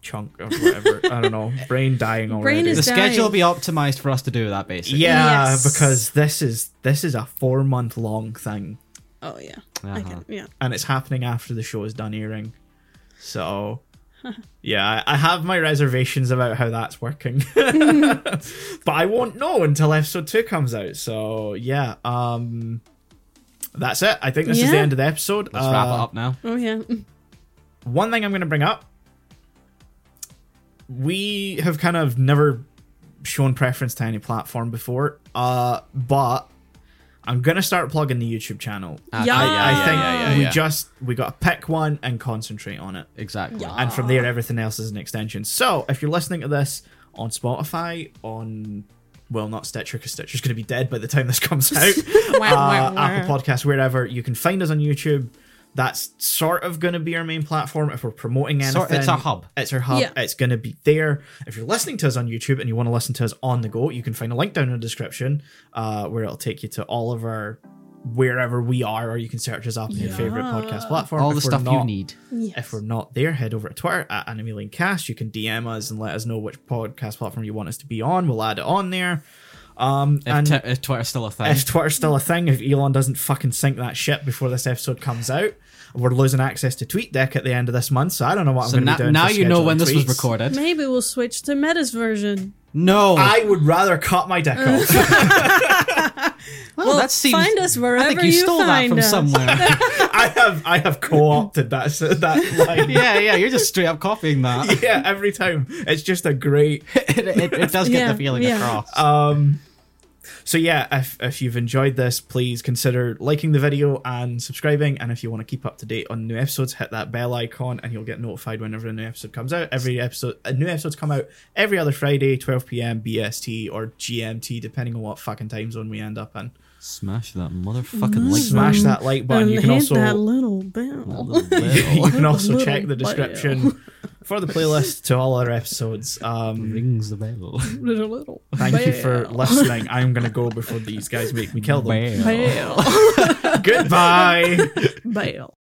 Speaker 1: chunk or whatever. I don't know. Brain dying already.
Speaker 3: Brain
Speaker 2: the
Speaker 3: is- Dying.
Speaker 2: schedule will be optimized for us to do that. Basically,
Speaker 1: yeah,
Speaker 3: Yes.
Speaker 1: because this is this is a four month long thing.
Speaker 3: Oh yeah. I
Speaker 2: Uh-huh.
Speaker 3: get it. Yeah.
Speaker 1: and it's happening after the show is done airing. So, yeah, I I have my reservations about how that's working, but I won't know until episode two comes out. So, yeah, um, that's it. I think this is the
Speaker 3: Yeah.
Speaker 1: end of the episode.
Speaker 2: Let's wrap it
Speaker 1: Uh,
Speaker 2: up now.
Speaker 3: Oh yeah.
Speaker 1: One thing I'm going to bring up: we have kind of never shown preference to any platform before, uh, but I'm going to start plugging the YouTube channel.
Speaker 2: Uh,
Speaker 3: Yeah.
Speaker 1: I, I
Speaker 3: Ah, Yeah,
Speaker 1: think
Speaker 3: yeah,
Speaker 1: we just we got to pick one and concentrate on it,
Speaker 2: exactly.
Speaker 3: Yeah.
Speaker 1: and from there everything else is an extension. So if you're listening to this on Spotify, on well not Stitcher because Stitcher's going to be dead by the time this comes out,
Speaker 3: Wah, wah,
Speaker 1: uh,
Speaker 3: wah.
Speaker 1: Apple Podcasts, wherever you can find us on YouTube. That's sort of going to be our main platform if we're promoting anything.
Speaker 2: Sort- it's our hub.
Speaker 1: It's our hub.
Speaker 3: Yeah.
Speaker 1: It's going to be there. If you're listening to us on YouTube and you want to listen to us on the go, you can find a link down in the description uh, where it'll take you to all of our wherever we are, or you can search us up on your favorite podcast platform.
Speaker 2: All
Speaker 1: If
Speaker 2: the
Speaker 1: we're
Speaker 2: stuff you
Speaker 1: not-
Speaker 2: need.
Speaker 3: Yes.
Speaker 1: If we're not there, head over to Twitter at AnimeLinkCast. You can DM us and let us know which podcast platform you want us to be on. We'll add it on there. Um,
Speaker 2: If,
Speaker 1: and
Speaker 2: t- if Twitter's still a thing,
Speaker 1: if Twitter's still a thing, if Elon doesn't fucking sink that shit before this episode comes out, we're losing access to TweetDeck at the end of this month, so I don't know what
Speaker 2: so
Speaker 1: I'm going
Speaker 2: now,
Speaker 1: to be doing.
Speaker 2: now
Speaker 1: for
Speaker 2: you know
Speaker 1: scheduling
Speaker 2: when this was
Speaker 1: tweets.
Speaker 2: recorded.
Speaker 3: Maybe we'll switch to Meta's version.
Speaker 2: No,
Speaker 1: I would rather cut my dick off.
Speaker 2: well, that seems.
Speaker 3: Find us wherever
Speaker 2: I think you stole that
Speaker 3: find
Speaker 2: from
Speaker 3: us.
Speaker 2: somewhere.
Speaker 1: I have I have co-opted that that line.
Speaker 2: yeah, yeah. You're just straight up copying that.
Speaker 1: yeah, every time. It's just a great
Speaker 2: it, it, it does get
Speaker 3: Yeah,
Speaker 2: the feeling
Speaker 3: yeah.
Speaker 2: across.
Speaker 1: Um, so yeah, if, if you've enjoyed this, please consider liking the video and subscribing. And if you want to keep up to date on new episodes, hit that bell icon, and you'll get notified whenever a new episode comes out. Every episode, uh, new episodes come out every other Friday, 12 p.m. BST or GMT, depending on what fucking time zone we end up in.
Speaker 2: Smash that motherfucking link.
Speaker 1: Smash that like button.
Speaker 3: Mm-hmm. and
Speaker 1: You can
Speaker 3: hit
Speaker 1: also
Speaker 3: that little bell.
Speaker 1: you can also
Speaker 3: Little
Speaker 1: check the
Speaker 3: bell.
Speaker 1: description for the playlist to all our episodes. Um,
Speaker 2: Rings the bell.
Speaker 3: Little, little
Speaker 1: thank you for
Speaker 3: bell.
Speaker 1: listening. I'm gonna go before these guys make me kill them.
Speaker 2: Bell.
Speaker 3: Bell.
Speaker 1: Goodbye.
Speaker 3: Bell.